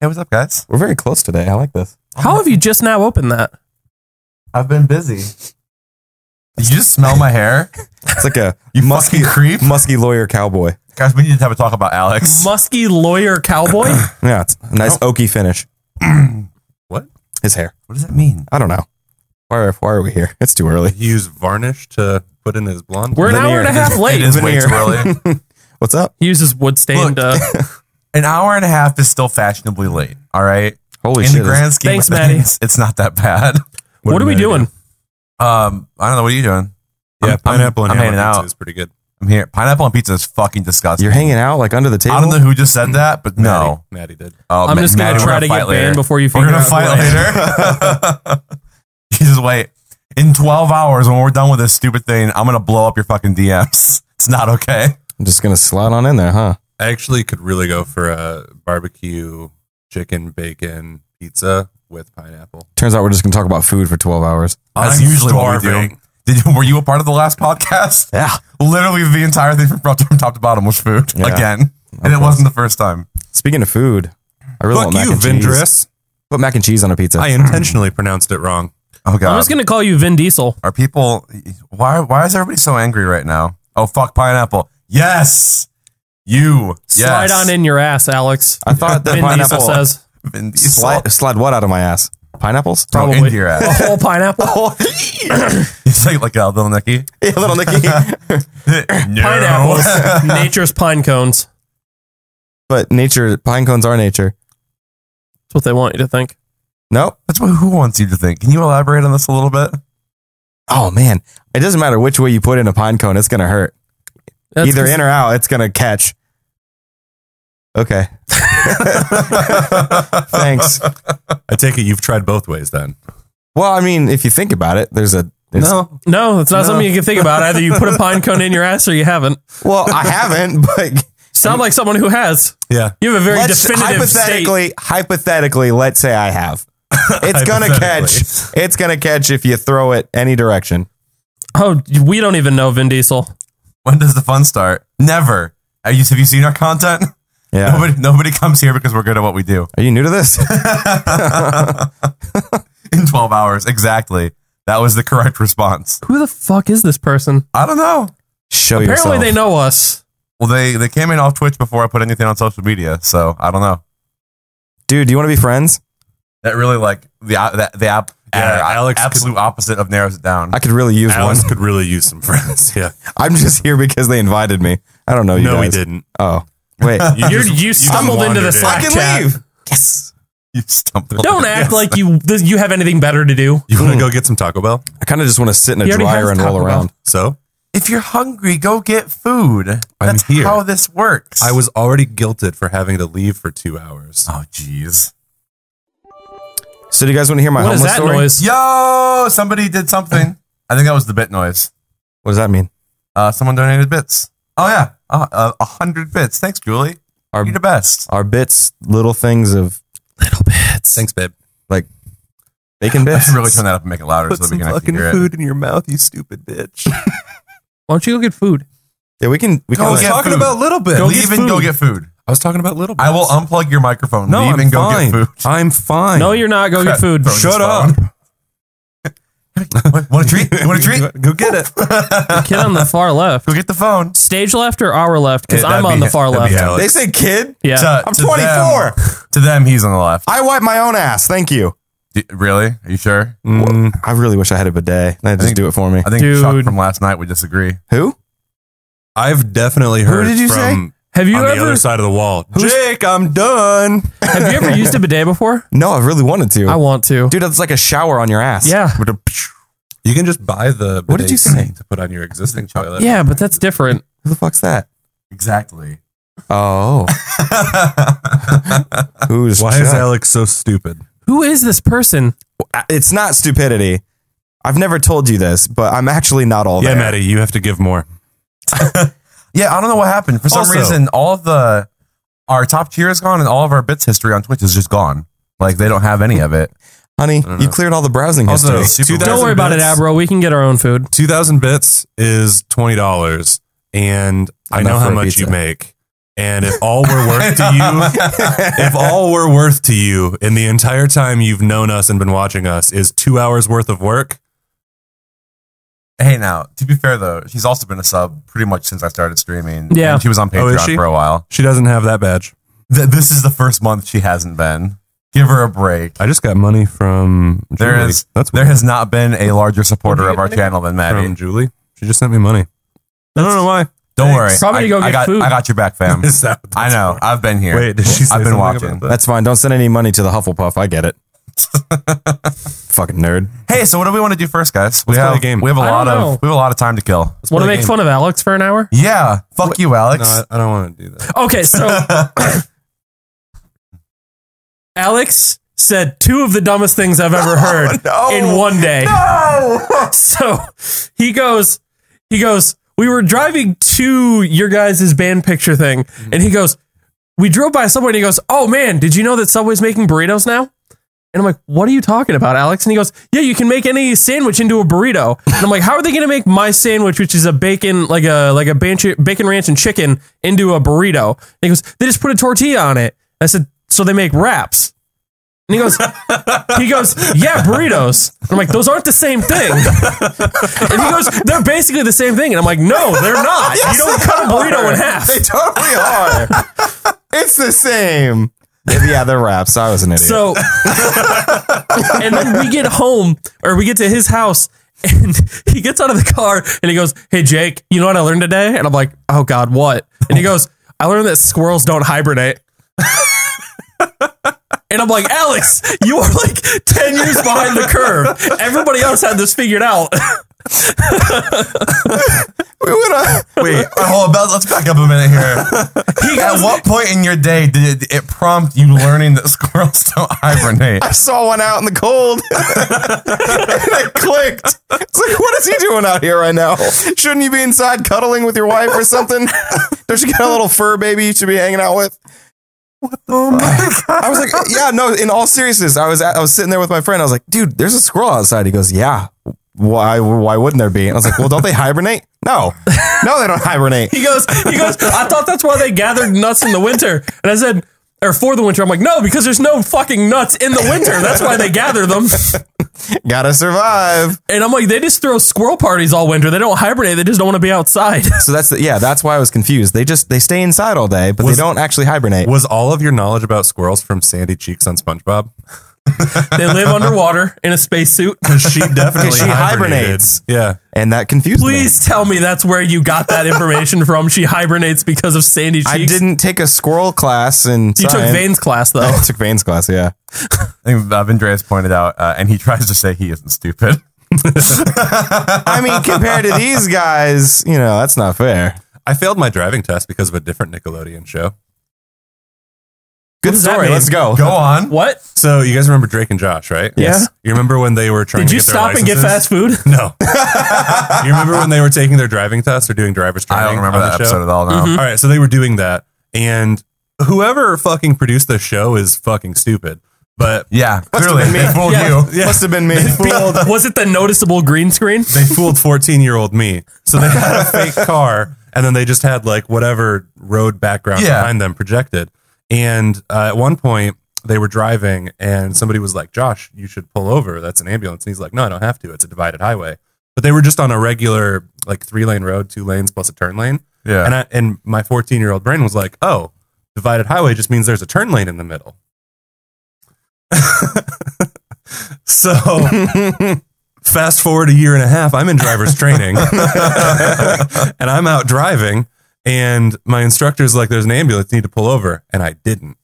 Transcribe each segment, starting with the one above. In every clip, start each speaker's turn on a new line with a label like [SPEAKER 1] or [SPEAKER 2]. [SPEAKER 1] Hey, what's up, guys?
[SPEAKER 2] We're very close today. I like this.
[SPEAKER 3] How have you just now opened that?
[SPEAKER 1] I've been busy. Did you just smell my hair?
[SPEAKER 2] It's like a
[SPEAKER 1] You
[SPEAKER 2] musky
[SPEAKER 1] musky creep.
[SPEAKER 2] musky lawyer cowboy.
[SPEAKER 1] Guys, we need to have a talk about Alex.
[SPEAKER 3] Musky lawyer cowboy?
[SPEAKER 2] Yeah, it's a nice oaky finish.
[SPEAKER 4] What?
[SPEAKER 2] His hair.
[SPEAKER 1] What does that mean?
[SPEAKER 2] I don't know. Why are, why are we here? It's too early.
[SPEAKER 4] He used varnish to put in his blonde.
[SPEAKER 3] We're an hour and a half late.
[SPEAKER 1] It is way
[SPEAKER 2] veneer.
[SPEAKER 1] too early.
[SPEAKER 2] What's up?
[SPEAKER 3] He uses wood stained. Uh,
[SPEAKER 1] An hour and a half is still fashionably late. All right.
[SPEAKER 2] Holy
[SPEAKER 1] In
[SPEAKER 2] shit.
[SPEAKER 1] the grand scheme
[SPEAKER 3] Thanks,
[SPEAKER 1] of
[SPEAKER 3] Maddie.
[SPEAKER 1] things, it's not that bad.
[SPEAKER 3] what, are we doing?
[SPEAKER 1] Um, I don't know. What are you doing?
[SPEAKER 4] Yeah,
[SPEAKER 1] I'm-
[SPEAKER 4] pineapple
[SPEAKER 1] I'm,
[SPEAKER 4] and
[SPEAKER 1] I'm
[SPEAKER 4] ham
[SPEAKER 1] hanging
[SPEAKER 4] pizza
[SPEAKER 1] out.
[SPEAKER 4] is pretty good.
[SPEAKER 1] I'm here. Pineapple and pizza is fucking disgusting.
[SPEAKER 2] You're hanging out like under the table?
[SPEAKER 1] I don't know who just said that, but no.
[SPEAKER 4] Maddie, Maddie did.
[SPEAKER 1] Oh,
[SPEAKER 3] I'm
[SPEAKER 1] Ma-
[SPEAKER 3] just going
[SPEAKER 1] Maddie,
[SPEAKER 3] to
[SPEAKER 1] we're
[SPEAKER 3] try to
[SPEAKER 1] fight
[SPEAKER 3] get
[SPEAKER 1] later.
[SPEAKER 3] banned before you figure
[SPEAKER 1] We're gonna
[SPEAKER 3] out. who
[SPEAKER 1] fight
[SPEAKER 3] I am.
[SPEAKER 1] later. you just wait. In 12 hours, when we're done with this stupid thing, I'm gonna blow up your fucking DMs. It's not okay.
[SPEAKER 2] I'm just going to slide on in there, huh?
[SPEAKER 4] I actually could really go for a barbecue chicken bacon pizza with pineapple.
[SPEAKER 2] Turns out we're just going to talk about food for 12 hours.
[SPEAKER 1] That's usually what we do. Did you, were you a part of the last podcast?
[SPEAKER 2] Yeah.
[SPEAKER 1] Literally, the entire thing from, from top to bottom was food
[SPEAKER 2] Yeah.
[SPEAKER 1] again, and it wasn't the first time.
[SPEAKER 2] Speaking of food, I really
[SPEAKER 4] Fuck
[SPEAKER 2] want mac
[SPEAKER 4] you,
[SPEAKER 2] and cheese.
[SPEAKER 4] Vindress.
[SPEAKER 2] Put mac and cheese on a pizza.
[SPEAKER 4] I intentionally pronounced it wrong.
[SPEAKER 1] Oh god,
[SPEAKER 3] I'm just going to call you Vin Diesel.
[SPEAKER 1] are people? Why? Why is everybody so angry right now? Oh fuck, pineapple. Yes, you. Yes.
[SPEAKER 3] Slide on in your ass, Alex.
[SPEAKER 2] I thought that
[SPEAKER 3] Vin Diesel
[SPEAKER 2] pineapple.
[SPEAKER 3] says.
[SPEAKER 1] Vin Diesel.
[SPEAKER 2] Slide, slide what out of my ass? Pineapples?
[SPEAKER 1] Oh,
[SPEAKER 3] Probably.
[SPEAKER 1] into your
[SPEAKER 3] A
[SPEAKER 1] ass.
[SPEAKER 3] whole pineapple?
[SPEAKER 1] you say like a little Nicky.
[SPEAKER 2] Yeah, little Nicky.
[SPEAKER 3] Pineapples. Nature's pine cones.
[SPEAKER 2] but nature, pine cones are nature.
[SPEAKER 3] That's what they want you to think.
[SPEAKER 2] Nope.
[SPEAKER 1] That's what who wants you to think. Can you elaborate on this a little bit?
[SPEAKER 2] Oh man, it doesn't matter which way you put in a pine cone, it's gonna hurt.
[SPEAKER 3] That's
[SPEAKER 2] Either
[SPEAKER 3] 'cause-
[SPEAKER 2] in or out, it's gonna catch. Okay, thanks.
[SPEAKER 4] I take it you've tried both ways then.
[SPEAKER 2] well, I mean, if you think about it, there's a there's,
[SPEAKER 1] no.
[SPEAKER 3] No, that's not
[SPEAKER 1] No.
[SPEAKER 3] something you can think about. Either you put a pine cone in your ass or you haven't.
[SPEAKER 2] Well, I haven't, but
[SPEAKER 3] Sound like someone who has.
[SPEAKER 4] Yeah.
[SPEAKER 3] You have a very
[SPEAKER 2] let's-
[SPEAKER 3] definitive state.
[SPEAKER 2] hypothetically, hypothetically, let's say I have. It's gonna catch. It's gonna catch if you throw it any direction.
[SPEAKER 3] Oh, we don't even know Vin Diesel.
[SPEAKER 1] When does the fun start? Never. Have you, have you seen our content?
[SPEAKER 2] Yeah.
[SPEAKER 1] Nobody, nobody comes here because we're good at what we do.
[SPEAKER 2] Are you new to this?
[SPEAKER 1] In 12 hours, exactly. That was the correct response.
[SPEAKER 3] Who the fuck is this person?
[SPEAKER 1] I don't know.
[SPEAKER 2] Show
[SPEAKER 3] Apparently
[SPEAKER 2] yourself.
[SPEAKER 3] they know us.
[SPEAKER 1] Well, they, they came in off Twitch before I put anything on social media, so I don't know.
[SPEAKER 2] Dude, do you want to be friends?
[SPEAKER 1] That really like the that, the app
[SPEAKER 4] Yeah,
[SPEAKER 1] uh,
[SPEAKER 4] Alex
[SPEAKER 1] absolute opposite of narrows it down.
[SPEAKER 2] I could really use
[SPEAKER 4] Alice
[SPEAKER 2] one.
[SPEAKER 4] could really use some friends. Yeah.
[SPEAKER 2] I'm just here because they invited me. I don't know you
[SPEAKER 4] no,
[SPEAKER 2] guys.
[SPEAKER 4] we didn't.
[SPEAKER 2] Oh, wait.
[SPEAKER 4] You,
[SPEAKER 3] You're-
[SPEAKER 4] just-
[SPEAKER 3] you
[SPEAKER 4] just
[SPEAKER 3] stumbled
[SPEAKER 4] wandered
[SPEAKER 3] into the
[SPEAKER 4] in.
[SPEAKER 3] Slack.
[SPEAKER 2] I
[SPEAKER 3] Chat.
[SPEAKER 2] can leave. Yes.
[SPEAKER 1] you stumbled.
[SPEAKER 3] Don't act like you th- you have anything better to do.
[SPEAKER 4] You want to go get some Taco Bell?
[SPEAKER 2] I kind of just want to sit in a
[SPEAKER 3] He already
[SPEAKER 2] dryer
[SPEAKER 3] has
[SPEAKER 2] and roll
[SPEAKER 3] Taco Bell.
[SPEAKER 2] around.
[SPEAKER 4] So
[SPEAKER 1] If you're hungry, go get food.
[SPEAKER 4] I'm
[SPEAKER 1] That's
[SPEAKER 4] here.
[SPEAKER 1] how this works.
[SPEAKER 4] I was already guilted for having to leave for two hours.
[SPEAKER 1] Oh jeez.
[SPEAKER 2] So, do you guys want to hear my
[SPEAKER 3] What is
[SPEAKER 2] homeless
[SPEAKER 3] that
[SPEAKER 2] story?
[SPEAKER 3] noise?
[SPEAKER 1] Yo, somebody did something. I think that was the bit noise.
[SPEAKER 2] What does that mean?
[SPEAKER 1] Uh, someone donated bits. Oh yeah, uh, uh, a hundred bits. Thanks, Julie.
[SPEAKER 2] Our
[SPEAKER 1] You're the best.
[SPEAKER 2] our bits, little things of
[SPEAKER 3] Little bits.
[SPEAKER 4] Thanks, babe.
[SPEAKER 2] bacon
[SPEAKER 1] I
[SPEAKER 2] bits.
[SPEAKER 1] should really turn that up and make it louder so that we can actually hear it.
[SPEAKER 4] in your mouth, you stupid bitch.
[SPEAKER 3] Why don't you go get food?
[SPEAKER 2] yeah, we can. We
[SPEAKER 1] Go
[SPEAKER 2] can.
[SPEAKER 1] get-
[SPEAKER 4] talking
[SPEAKER 1] food.
[SPEAKER 4] about little bit.
[SPEAKER 3] Go get
[SPEAKER 1] Leave and go
[SPEAKER 3] food.
[SPEAKER 1] get food.
[SPEAKER 4] I was talking about little bit.
[SPEAKER 1] I will unplug your microphone.
[SPEAKER 4] no.
[SPEAKER 1] Leave
[SPEAKER 4] I'm
[SPEAKER 1] and go
[SPEAKER 4] fine.
[SPEAKER 1] get food.
[SPEAKER 4] I'm fine.
[SPEAKER 3] No, you're not. Go get food.
[SPEAKER 1] Crap.
[SPEAKER 4] Shut up.
[SPEAKER 1] Want a treat? You want a treat?
[SPEAKER 4] Go get it.
[SPEAKER 3] The kid on the far left.
[SPEAKER 1] Go get the phone.
[SPEAKER 3] Stage left or our left? Because
[SPEAKER 1] Yeah,
[SPEAKER 3] I'm
[SPEAKER 1] that'd
[SPEAKER 3] on
[SPEAKER 1] be-
[SPEAKER 3] the far
[SPEAKER 1] that'd be
[SPEAKER 3] left.
[SPEAKER 1] Alex.
[SPEAKER 2] They say kid.
[SPEAKER 3] Yeah.
[SPEAKER 2] I'm
[SPEAKER 1] to them-
[SPEAKER 2] 24.
[SPEAKER 1] to them, he's on the left.
[SPEAKER 2] I wipe my own ass. Thank you.
[SPEAKER 1] D- really? Are you sure?
[SPEAKER 4] Mm,
[SPEAKER 2] I really wish I had a bidet. They just
[SPEAKER 1] think-
[SPEAKER 2] do it for me.
[SPEAKER 1] I think
[SPEAKER 3] Dude.
[SPEAKER 1] Chuck from last night would disagree.
[SPEAKER 2] Who?
[SPEAKER 4] I've definitely heard
[SPEAKER 2] did you
[SPEAKER 4] from
[SPEAKER 3] Have you
[SPEAKER 4] on the
[SPEAKER 3] ever
[SPEAKER 4] other side of the wall.
[SPEAKER 2] Jake, I'm done.
[SPEAKER 3] have you ever used a bidet before?
[SPEAKER 2] No, I really wanted to.
[SPEAKER 3] I want to.
[SPEAKER 2] Dude, that's like a shower on your ass.
[SPEAKER 3] Yeah.
[SPEAKER 2] With a-
[SPEAKER 4] You can just buy the
[SPEAKER 2] What did you
[SPEAKER 4] bidet
[SPEAKER 2] say?
[SPEAKER 4] to put on your existing toilet.
[SPEAKER 3] Yeah, but that's different.
[SPEAKER 2] Who the fuck's that?
[SPEAKER 1] Exactly.
[SPEAKER 2] Oh, who's?
[SPEAKER 4] Why is
[SPEAKER 2] Chuck?
[SPEAKER 4] Alex so stupid?
[SPEAKER 3] Who is this person?
[SPEAKER 2] It's not stupidity. I've never told you this, but I'm actually not all
[SPEAKER 4] Yeah,
[SPEAKER 2] there.
[SPEAKER 4] Maddie, you have to give more.
[SPEAKER 1] yeah, I don't know what happened. For some
[SPEAKER 4] Also-
[SPEAKER 1] reason, all of the our top tier is gone, and all of our bits history on Twitch is just gone. Like they don't have any of it.
[SPEAKER 2] Honey,
[SPEAKER 1] don't
[SPEAKER 2] you
[SPEAKER 1] know.
[SPEAKER 2] cleared all the browsing
[SPEAKER 1] Also,
[SPEAKER 2] history.
[SPEAKER 1] super-
[SPEAKER 4] Dude, that-
[SPEAKER 3] Don't
[SPEAKER 4] Thousand
[SPEAKER 3] worry about it,
[SPEAKER 4] bits.
[SPEAKER 3] Abro. We can get our own food.
[SPEAKER 4] 2000 bits is $20 and i
[SPEAKER 2] Enough
[SPEAKER 4] know
[SPEAKER 2] for
[SPEAKER 4] how
[SPEAKER 2] a
[SPEAKER 4] much
[SPEAKER 2] pizza.
[SPEAKER 4] you make And if all we're worth to you, if all we're worth to you in the entire time you've known us and been watching us is two hours worth of work,
[SPEAKER 1] Hey, now to be fair though, she's also been a sub pretty much since I started streaming.
[SPEAKER 3] Yeah.
[SPEAKER 1] And she was on
[SPEAKER 4] Oh, is
[SPEAKER 1] Patreon
[SPEAKER 4] she?
[SPEAKER 1] for a while.
[SPEAKER 4] she doesn't have that badge.
[SPEAKER 1] Th- this is the first month she hasn't been. Give her a break.
[SPEAKER 4] I just got money from
[SPEAKER 1] There
[SPEAKER 4] Julie.
[SPEAKER 1] is-
[SPEAKER 4] that's
[SPEAKER 1] There has not been a larger supporter
[SPEAKER 4] Where'd
[SPEAKER 1] of
[SPEAKER 4] you
[SPEAKER 1] our
[SPEAKER 4] get money
[SPEAKER 1] channel than
[SPEAKER 4] from
[SPEAKER 1] Maddie.
[SPEAKER 4] Julie. She just sent me money. I don't know why.
[SPEAKER 1] Don't worry,
[SPEAKER 3] Probably
[SPEAKER 1] I,
[SPEAKER 3] to go
[SPEAKER 1] I
[SPEAKER 3] get
[SPEAKER 1] got,
[SPEAKER 3] food.
[SPEAKER 1] I got your back, fam.
[SPEAKER 4] Is that what
[SPEAKER 1] I
[SPEAKER 4] that's
[SPEAKER 1] know.
[SPEAKER 4] for?
[SPEAKER 1] I've been here.
[SPEAKER 4] Wait, did she say
[SPEAKER 1] I've been
[SPEAKER 4] something
[SPEAKER 1] watching.
[SPEAKER 4] about that?
[SPEAKER 2] That's fine. Don't send any money to the Hufflepuff. I get it. Fucking nerd.
[SPEAKER 1] Hey, so what do we want to do first, guys? we
[SPEAKER 4] Let's play
[SPEAKER 1] have
[SPEAKER 4] a game.
[SPEAKER 1] We have a
[SPEAKER 3] I
[SPEAKER 1] lot
[SPEAKER 3] don't know.
[SPEAKER 1] of we have a lot of time to kill.
[SPEAKER 3] Want to
[SPEAKER 4] play a
[SPEAKER 3] make
[SPEAKER 4] game.
[SPEAKER 3] fun of Alex for an hour?
[SPEAKER 1] Yeah, fuck you, Alex.
[SPEAKER 4] No, I, I don't want to do that.
[SPEAKER 3] Okay, so Alex said two of the dumbest things I've ever heard in one day. So he goes, he goes, we were driving to your guys' band picture thing, and he goes, we drove by Subway, and he goes, oh man, did you know that Subway's making burritos now? And I'm like, what are you talking about, Alex? And he goes, yeah, you can make any sandwich into a burrito. And I'm like, how are they going to make my sandwich, which is a bacon, like a like a banch- bacon ranch and chicken, into a burrito? And he goes, they just put a tortilla on it. I said, so they make wraps. And he goes, he goes, yeah, burritos. And I'm like, those aren't the same thing. and he goes, they're basically the same thing. And I'm like, no, they're not. you don't cut a burrito in half.
[SPEAKER 2] They totally are. it's the same. Yeah, they're raps. I was an idiot.
[SPEAKER 3] So, and then we get home or we get to his house and he gets out of the car and he goes, Hey, Jake, you know what I learned today? And I'm like, Oh, God, what? And he goes, I learned that squirrels don't hibernate. And I'm like, Alex, you are like 10 years behind the curve. Everybody else had this figured out.
[SPEAKER 2] we would have.
[SPEAKER 1] Wait, hold on. Let's back up a minute here.
[SPEAKER 3] He
[SPEAKER 1] At
[SPEAKER 3] goes,
[SPEAKER 1] what point in your day did it, it prompt you learning that squirrels don't hibernate?
[SPEAKER 2] I saw one out in the cold. and I clicked. It's like, what is he doing out here right now? Shouldn't you be inside cuddling with your wife or something? Don't you got a little fur baby you should be hanging out with? What the fuck? I was like, yeah, no, in all seriousness, I was I was sitting there with my friend. I was like, dude, there's a squirrel outside. He goes, yeah. Why why wouldn't there be? And I was like, well, don't they hibernate? No. No, they don't hibernate.
[SPEAKER 3] he goes, he goes, I thought that's why they gathered nuts in the winter. And I said, or for the winter, I'm like, no, because there's no fucking nuts in the winter. That's why they gather them.
[SPEAKER 2] Gotta survive.
[SPEAKER 3] And I'm like, they just throw squirrel parties all winter. They don't hibernate. They just don't want to be outside.
[SPEAKER 2] So that's the, yeah, that's why I was confused. They just they stay inside all day, but
[SPEAKER 4] Was-
[SPEAKER 2] they don't actually hibernate.
[SPEAKER 4] Was all of your knowledge about squirrels from Sandy Cheeks on SpongeBob?
[SPEAKER 3] they live underwater in a spacesuit.
[SPEAKER 4] Because she definitely
[SPEAKER 2] she
[SPEAKER 4] hibernated.
[SPEAKER 2] hibernates.
[SPEAKER 4] Yeah.
[SPEAKER 2] and that confused me.
[SPEAKER 3] Please tell me that's where you got that information from. She hibernates because of sandy cheeks.
[SPEAKER 2] I didn't take a squirrel class in
[SPEAKER 3] You took
[SPEAKER 2] science. Oh,
[SPEAKER 3] Vane's class though.
[SPEAKER 2] I took Vane's class, yeah.
[SPEAKER 1] I think uh, Andreas pointed out, uh, and he tries to say he isn't stupid.
[SPEAKER 2] I mean, compared to these guys, you know, that's not fair.
[SPEAKER 4] I failed my driving test because of a different Nickelodeon show.
[SPEAKER 2] Good
[SPEAKER 3] does that
[SPEAKER 2] story.
[SPEAKER 3] mean?
[SPEAKER 2] Let's go.
[SPEAKER 1] Go on.
[SPEAKER 3] What?
[SPEAKER 4] So you guys remember Drake and Josh, right?
[SPEAKER 2] Yes.
[SPEAKER 4] You remember when they were trying
[SPEAKER 3] Did
[SPEAKER 4] to
[SPEAKER 3] you
[SPEAKER 4] get their
[SPEAKER 3] stop and get fast
[SPEAKER 4] licenses?
[SPEAKER 3] food?
[SPEAKER 4] No. you remember when they were taking their driving tests or doing driver's
[SPEAKER 1] I
[SPEAKER 4] training?
[SPEAKER 1] don't remember
[SPEAKER 4] on the
[SPEAKER 1] that
[SPEAKER 4] show?
[SPEAKER 1] episode
[SPEAKER 4] Mm-hmm.
[SPEAKER 1] at all. No.
[SPEAKER 4] All right, so they were doing that, and whoever fucking produced the show is fucking stupid. But
[SPEAKER 1] Yeah, clearly
[SPEAKER 2] been me.
[SPEAKER 1] they fooled
[SPEAKER 3] Yeah.
[SPEAKER 1] you.
[SPEAKER 2] Must have been me.
[SPEAKER 3] Was it the noticeable green screen?
[SPEAKER 4] they fooled fourteen-year-old me. So they had a fake car, and then they just had like whatever road background
[SPEAKER 1] Yeah.
[SPEAKER 4] behind them projected. And uh, at one point, they were driving, and somebody was like, "Josh, you should pull over. That's an ambulance." And he's like, "No, I don't have to. It's a divided highway." But they were just on a regular like three-lane road, two lanes plus a turn lane.
[SPEAKER 1] Yeah.
[SPEAKER 4] And I, and my 14 year old brain was like, oh, divided highway just means there's a turn lane in the middle. so fast forward a year and a half, I'm in driver's training and I'm out driving. And my instructor's like, there's an ambulance, you need to pull over. And I didn't.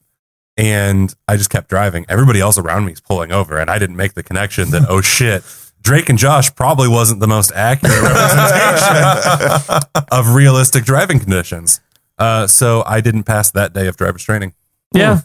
[SPEAKER 4] And I just kept driving. Everybody else around me is pulling over. And I didn't make the connection that, oh shit, Drake and Josh probably wasn't the most accurate representation of realistic driving conditions. Uh, so I didn't pass that day of driver's training.
[SPEAKER 3] Yeah.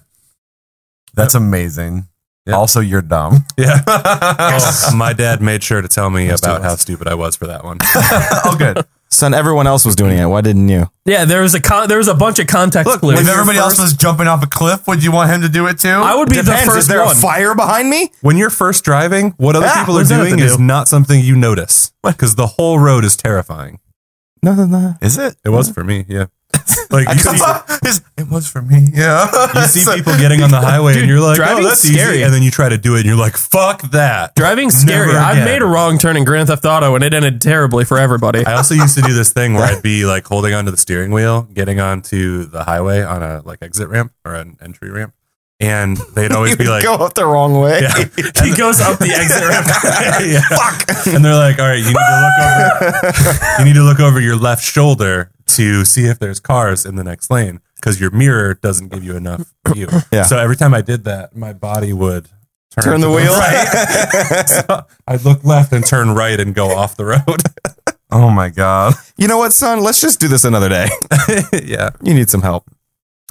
[SPEAKER 1] That's amazing.
[SPEAKER 4] Yep.
[SPEAKER 1] Also, you're dumb.
[SPEAKER 4] Yeah. Oh, my dad made sure to tell me about how stupid I was for that one.
[SPEAKER 1] oh, good.
[SPEAKER 2] Son, everyone else was doing it. Why didn't you?
[SPEAKER 3] Yeah, there was a con- there was a bunch of context clues.
[SPEAKER 1] if everybody else was jumping off a cliff, would you want him to do it too?
[SPEAKER 3] I would be the
[SPEAKER 2] Depends.
[SPEAKER 3] first
[SPEAKER 2] Is there
[SPEAKER 3] one.
[SPEAKER 2] a fire behind me?
[SPEAKER 4] When you're first driving, what other
[SPEAKER 2] Ah,
[SPEAKER 4] people
[SPEAKER 2] what
[SPEAKER 4] are
[SPEAKER 2] does that have
[SPEAKER 4] doing
[SPEAKER 2] to
[SPEAKER 4] is
[SPEAKER 2] do?
[SPEAKER 4] not something you notice because the whole road is terrifying.
[SPEAKER 2] No, no, no.
[SPEAKER 1] Is it?
[SPEAKER 4] It was for me, yeah. Like you see,
[SPEAKER 1] His- it was for me. Yeah.
[SPEAKER 4] you see people getting on the highway and you're like, oh,
[SPEAKER 3] driving's
[SPEAKER 4] that's scary.
[SPEAKER 3] scary.
[SPEAKER 4] easy. And then you try to do it and you're like, fuck that.
[SPEAKER 3] Driving's scary.
[SPEAKER 4] Never
[SPEAKER 3] I've
[SPEAKER 4] again.
[SPEAKER 3] made a wrong turn in Grand Theft Auto and it ended terribly for everybody.
[SPEAKER 4] I also used to do this thing where I'd be like holding onto the steering wheel, getting onto the highway on a like exit ramp or an entry ramp. And they'd always be like,
[SPEAKER 2] go up the wrong way.
[SPEAKER 4] yeah.
[SPEAKER 3] he goes up the exit
[SPEAKER 4] Fuck. And they're like, all right, you need to look over you need to look over your left shoulder to see if there's cars in the next lane because your mirror doesn't give you enough view.
[SPEAKER 2] Yeah.
[SPEAKER 4] So every time I did that, my body would turn,
[SPEAKER 2] Turn
[SPEAKER 4] to
[SPEAKER 2] the wheel.
[SPEAKER 4] Right. so I'd look left and turn right and go off the road.
[SPEAKER 1] Oh my god.
[SPEAKER 2] You know what, son? Let's just do this another day.
[SPEAKER 4] yeah.
[SPEAKER 2] You need some help.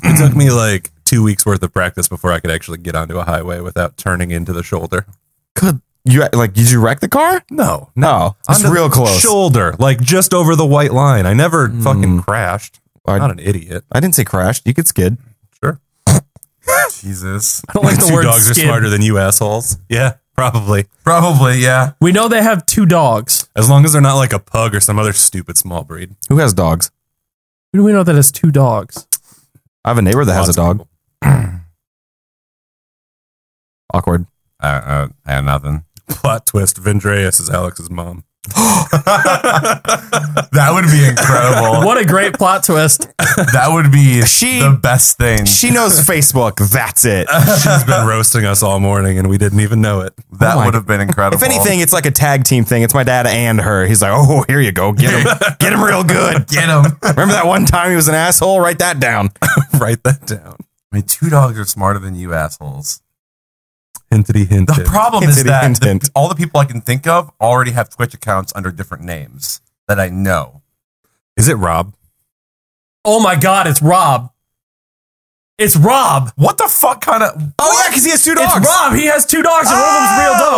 [SPEAKER 4] It took me like two weeks worth of practice before I could actually get onto a highway without turning into the shoulder.
[SPEAKER 2] Good. You like? Did you wreck the car?
[SPEAKER 4] No.
[SPEAKER 2] No, it's
[SPEAKER 4] Onto the
[SPEAKER 2] real close. Hmm.
[SPEAKER 4] Shoulder, like just over the white line. I never fucking crashed.
[SPEAKER 2] I-
[SPEAKER 4] I'm not an idiot.
[SPEAKER 2] I didn't say crashed. You could skid.
[SPEAKER 1] Jesus.
[SPEAKER 3] I don't like the
[SPEAKER 4] Two
[SPEAKER 3] word
[SPEAKER 4] dogs
[SPEAKER 3] skid.
[SPEAKER 4] are smarter than you assholes. Yeah, probably.
[SPEAKER 1] Probably, yeah.
[SPEAKER 3] We know they have two dogs.
[SPEAKER 4] As long as they're not like a pug or some other stupid small breed.
[SPEAKER 2] Who has dogs?
[SPEAKER 3] Who do we know that has two dogs?
[SPEAKER 2] I have a neighbor that
[SPEAKER 4] Lots
[SPEAKER 2] has a
[SPEAKER 4] of
[SPEAKER 2] dog.
[SPEAKER 4] people.
[SPEAKER 2] Awkward.
[SPEAKER 1] I, I, I have nothing.
[SPEAKER 4] Plot twist: Vendreas is Alex's mom.
[SPEAKER 1] that would be incredible.
[SPEAKER 3] What a great plot twist.
[SPEAKER 1] That would be
[SPEAKER 2] She-
[SPEAKER 1] the best thing.
[SPEAKER 2] She knows Facebook. That's it.
[SPEAKER 4] She's been roasting us all morning, and we didn't even know it.
[SPEAKER 1] that
[SPEAKER 2] Oh my
[SPEAKER 1] would have been incredible.
[SPEAKER 2] If anything, it's like a tag team thing. It's my dad and her. He's like, oh, here you go. Get him. Get him real good.
[SPEAKER 1] get him.
[SPEAKER 2] Remember that one time he was an asshole? Write that down.
[SPEAKER 4] Write that down.
[SPEAKER 1] I mean, two dogs are smarter than you assholes.
[SPEAKER 4] Hintity hint.
[SPEAKER 1] The problem is
[SPEAKER 2] Hintity
[SPEAKER 1] that
[SPEAKER 2] hint
[SPEAKER 1] the-
[SPEAKER 2] hint.
[SPEAKER 1] all the people I can think of already have Twitch accounts under different names that I know.
[SPEAKER 4] is it Rob?
[SPEAKER 3] Oh my God, it's Rob. It's Rob.
[SPEAKER 1] What the fuck kind of?
[SPEAKER 2] Oh, yeah, because he has two dogs.
[SPEAKER 3] It's Rob. He has two dogs and one of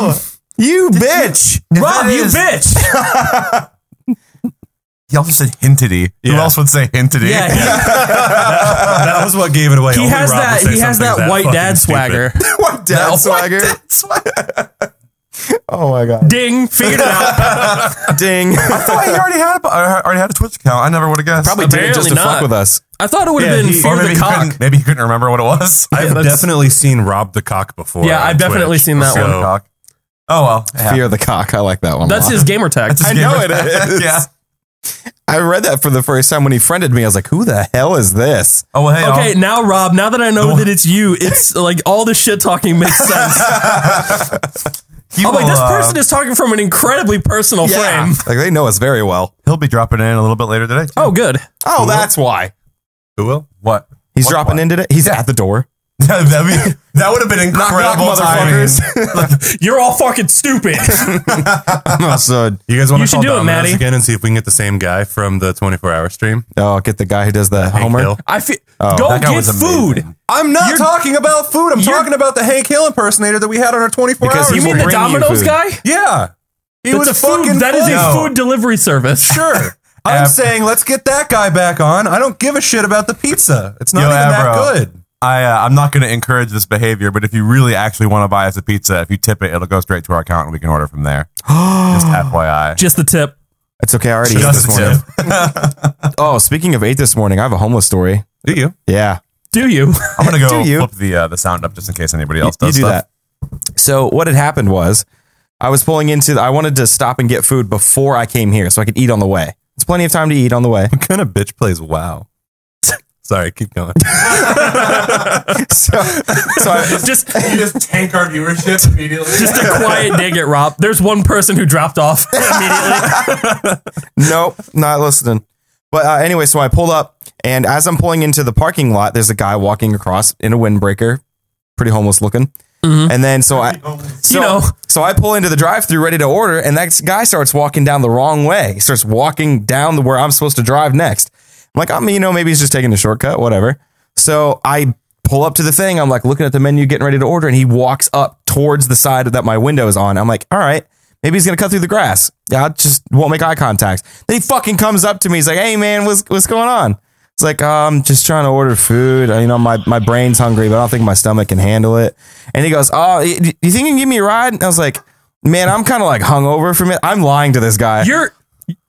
[SPEAKER 3] them's real dumb.
[SPEAKER 2] You Oh! bitch.
[SPEAKER 3] Rob, you bitch.
[SPEAKER 1] He also said hintity. Who
[SPEAKER 4] Yeah.
[SPEAKER 1] else would say hintity?
[SPEAKER 3] Yeah, he-
[SPEAKER 4] That was what gave it away.
[SPEAKER 3] He
[SPEAKER 4] Only
[SPEAKER 3] has
[SPEAKER 4] Rob would
[SPEAKER 3] that.
[SPEAKER 4] say
[SPEAKER 3] He has
[SPEAKER 4] something
[SPEAKER 3] that white
[SPEAKER 4] fucking
[SPEAKER 3] dad
[SPEAKER 4] stupid.
[SPEAKER 3] swagger.
[SPEAKER 2] What dad swagger? Oh, my God.
[SPEAKER 3] Ding, figured it out.
[SPEAKER 2] Ding.
[SPEAKER 1] I thought Oh, he already had a, uh, already had a Twitch account. I never would have guessed.
[SPEAKER 2] Probably did it just
[SPEAKER 3] Apparently
[SPEAKER 2] to
[SPEAKER 3] not.
[SPEAKER 2] fuck with us.
[SPEAKER 3] I thought it would
[SPEAKER 4] Yeah,
[SPEAKER 3] have been
[SPEAKER 4] he-
[SPEAKER 1] or
[SPEAKER 3] fear
[SPEAKER 1] maybe
[SPEAKER 3] the
[SPEAKER 1] he,
[SPEAKER 3] cock.
[SPEAKER 1] couldn't, maybe he couldn't remember what it was.
[SPEAKER 4] I've
[SPEAKER 3] that's-
[SPEAKER 4] definitely seen Rob the cock before.
[SPEAKER 3] Yeah,
[SPEAKER 4] on
[SPEAKER 3] I've definitely
[SPEAKER 4] Twitch.
[SPEAKER 3] seen that
[SPEAKER 1] Fear
[SPEAKER 3] one.
[SPEAKER 1] the cock. Oh well. it happened.
[SPEAKER 2] Fear the cock. I like that one. a
[SPEAKER 3] That's
[SPEAKER 2] lot.
[SPEAKER 3] his gamer tag.
[SPEAKER 1] That's his
[SPEAKER 2] I know
[SPEAKER 1] gamer
[SPEAKER 2] it
[SPEAKER 1] tag.
[SPEAKER 2] is.
[SPEAKER 1] yeah.
[SPEAKER 2] I read that for the first time when he friended me. I was like, who the hell is this?
[SPEAKER 1] Oh well. Hey.
[SPEAKER 3] Okay,
[SPEAKER 1] I'll-
[SPEAKER 3] now Rob, now that I know that it's you, it's like all the shit talking makes sense.
[SPEAKER 1] he
[SPEAKER 3] I'm like,
[SPEAKER 1] will,
[SPEAKER 3] oh, this
[SPEAKER 1] uh,
[SPEAKER 3] person is talking from an incredibly personal frame.
[SPEAKER 2] Like, they know us very well.
[SPEAKER 1] He'll be dropping in a little bit later today. too.
[SPEAKER 3] Oh, good.
[SPEAKER 2] Oh, that's why.
[SPEAKER 4] Who will?
[SPEAKER 1] What?
[SPEAKER 2] He's
[SPEAKER 1] What-
[SPEAKER 2] dropping in today. He's at the door.
[SPEAKER 1] That'd be, that would have been incredible timing.
[SPEAKER 3] You're all fucking stupid.
[SPEAKER 2] oh, so,
[SPEAKER 4] You guys want
[SPEAKER 3] You
[SPEAKER 4] to
[SPEAKER 3] should
[SPEAKER 4] call
[SPEAKER 3] do it,
[SPEAKER 4] Domino's
[SPEAKER 3] Matty.
[SPEAKER 4] again and see if we can get the same guy from the 24 hour stream?
[SPEAKER 2] oh, get the guy who does the
[SPEAKER 4] Hank
[SPEAKER 2] Homer.
[SPEAKER 4] Hill.
[SPEAKER 3] I feel.
[SPEAKER 2] Oh,
[SPEAKER 3] go
[SPEAKER 1] that guy
[SPEAKER 3] get
[SPEAKER 1] was
[SPEAKER 3] food.
[SPEAKER 1] amazing.
[SPEAKER 4] I'm not
[SPEAKER 3] You're-
[SPEAKER 4] talking about food. I'm
[SPEAKER 3] You're-
[SPEAKER 4] talking about the Hank Hill impersonator that we had on our 24
[SPEAKER 2] Because
[SPEAKER 4] hours.
[SPEAKER 2] he
[SPEAKER 3] You mean
[SPEAKER 2] will
[SPEAKER 3] the
[SPEAKER 2] bring you
[SPEAKER 3] Domino's
[SPEAKER 2] food.
[SPEAKER 3] guy?
[SPEAKER 4] yeah. He
[SPEAKER 3] That's a food. That is a
[SPEAKER 4] funny.
[SPEAKER 3] food delivery service.
[SPEAKER 4] Sure. I'm saying let's get that guy back on. I don't give a shit about the pizza. It's not
[SPEAKER 1] Yo,
[SPEAKER 4] even
[SPEAKER 1] Avro.
[SPEAKER 4] that good.
[SPEAKER 1] I, uh, I'm not going to encourage this behavior, but if you really actually want to buy us a pizza, if you tip it, it'll go straight to our account and we can order from there. Just FYI.
[SPEAKER 3] Just the tip.
[SPEAKER 2] It's okay. I already ate
[SPEAKER 1] Just
[SPEAKER 2] this
[SPEAKER 1] a
[SPEAKER 2] morning.
[SPEAKER 1] tip.
[SPEAKER 2] Oh, speaking of ate this morning, I have a homeless story.
[SPEAKER 4] Do you?
[SPEAKER 2] Yeah.
[SPEAKER 3] Do you?
[SPEAKER 1] I'm going to go
[SPEAKER 2] Do you?
[SPEAKER 1] flip the uh, the sound up just in case anybody else
[SPEAKER 2] You
[SPEAKER 1] does
[SPEAKER 2] do
[SPEAKER 1] stuff.
[SPEAKER 2] that. So what had happened was I was pulling into the, I wanted to stop and get food before I came here so I could eat on the way. It's plenty of time to eat on the way.
[SPEAKER 4] What kind of bitch plays WoW? Sorry, keep going.
[SPEAKER 2] So, so I,
[SPEAKER 3] just
[SPEAKER 1] You just tank our viewership immediately.
[SPEAKER 3] just a quiet dig at Rob. There's one person who dropped off immediately.
[SPEAKER 2] nope, not listening. But uh, anyway, so I pulled up, and as I'm pulling into the parking lot, there's a guy walking across in a windbreaker, pretty homeless looking. And then so I, so,
[SPEAKER 3] Mm-hmm. You know.
[SPEAKER 2] so I pull into the drive-through ready to order, and that guy starts walking down the wrong way. He starts walking down the where I'm supposed to drive next. I'm like, I'm you know maybe he's just taking a shortcut, whatever. So I pull up to the thing. I'm like looking at the menu, getting ready to order, and he walks up towards the side that my window is on. I'm like, all right. Maybe he's gonna cut through the grass. Yeah, I just won't make eye contact. Then he fucking comes up to me. He's like, "Hey man, what's what's going on?" It's like "Oh, I'm just trying to order food. You know, my, my brain's hungry, but I don't think my stomach can handle it. And he goes, "Oh, y- do you think you can give me a ride?" And I was like, "Man, I'm kind of like hungover from it. I'm lying to this guy."
[SPEAKER 3] You're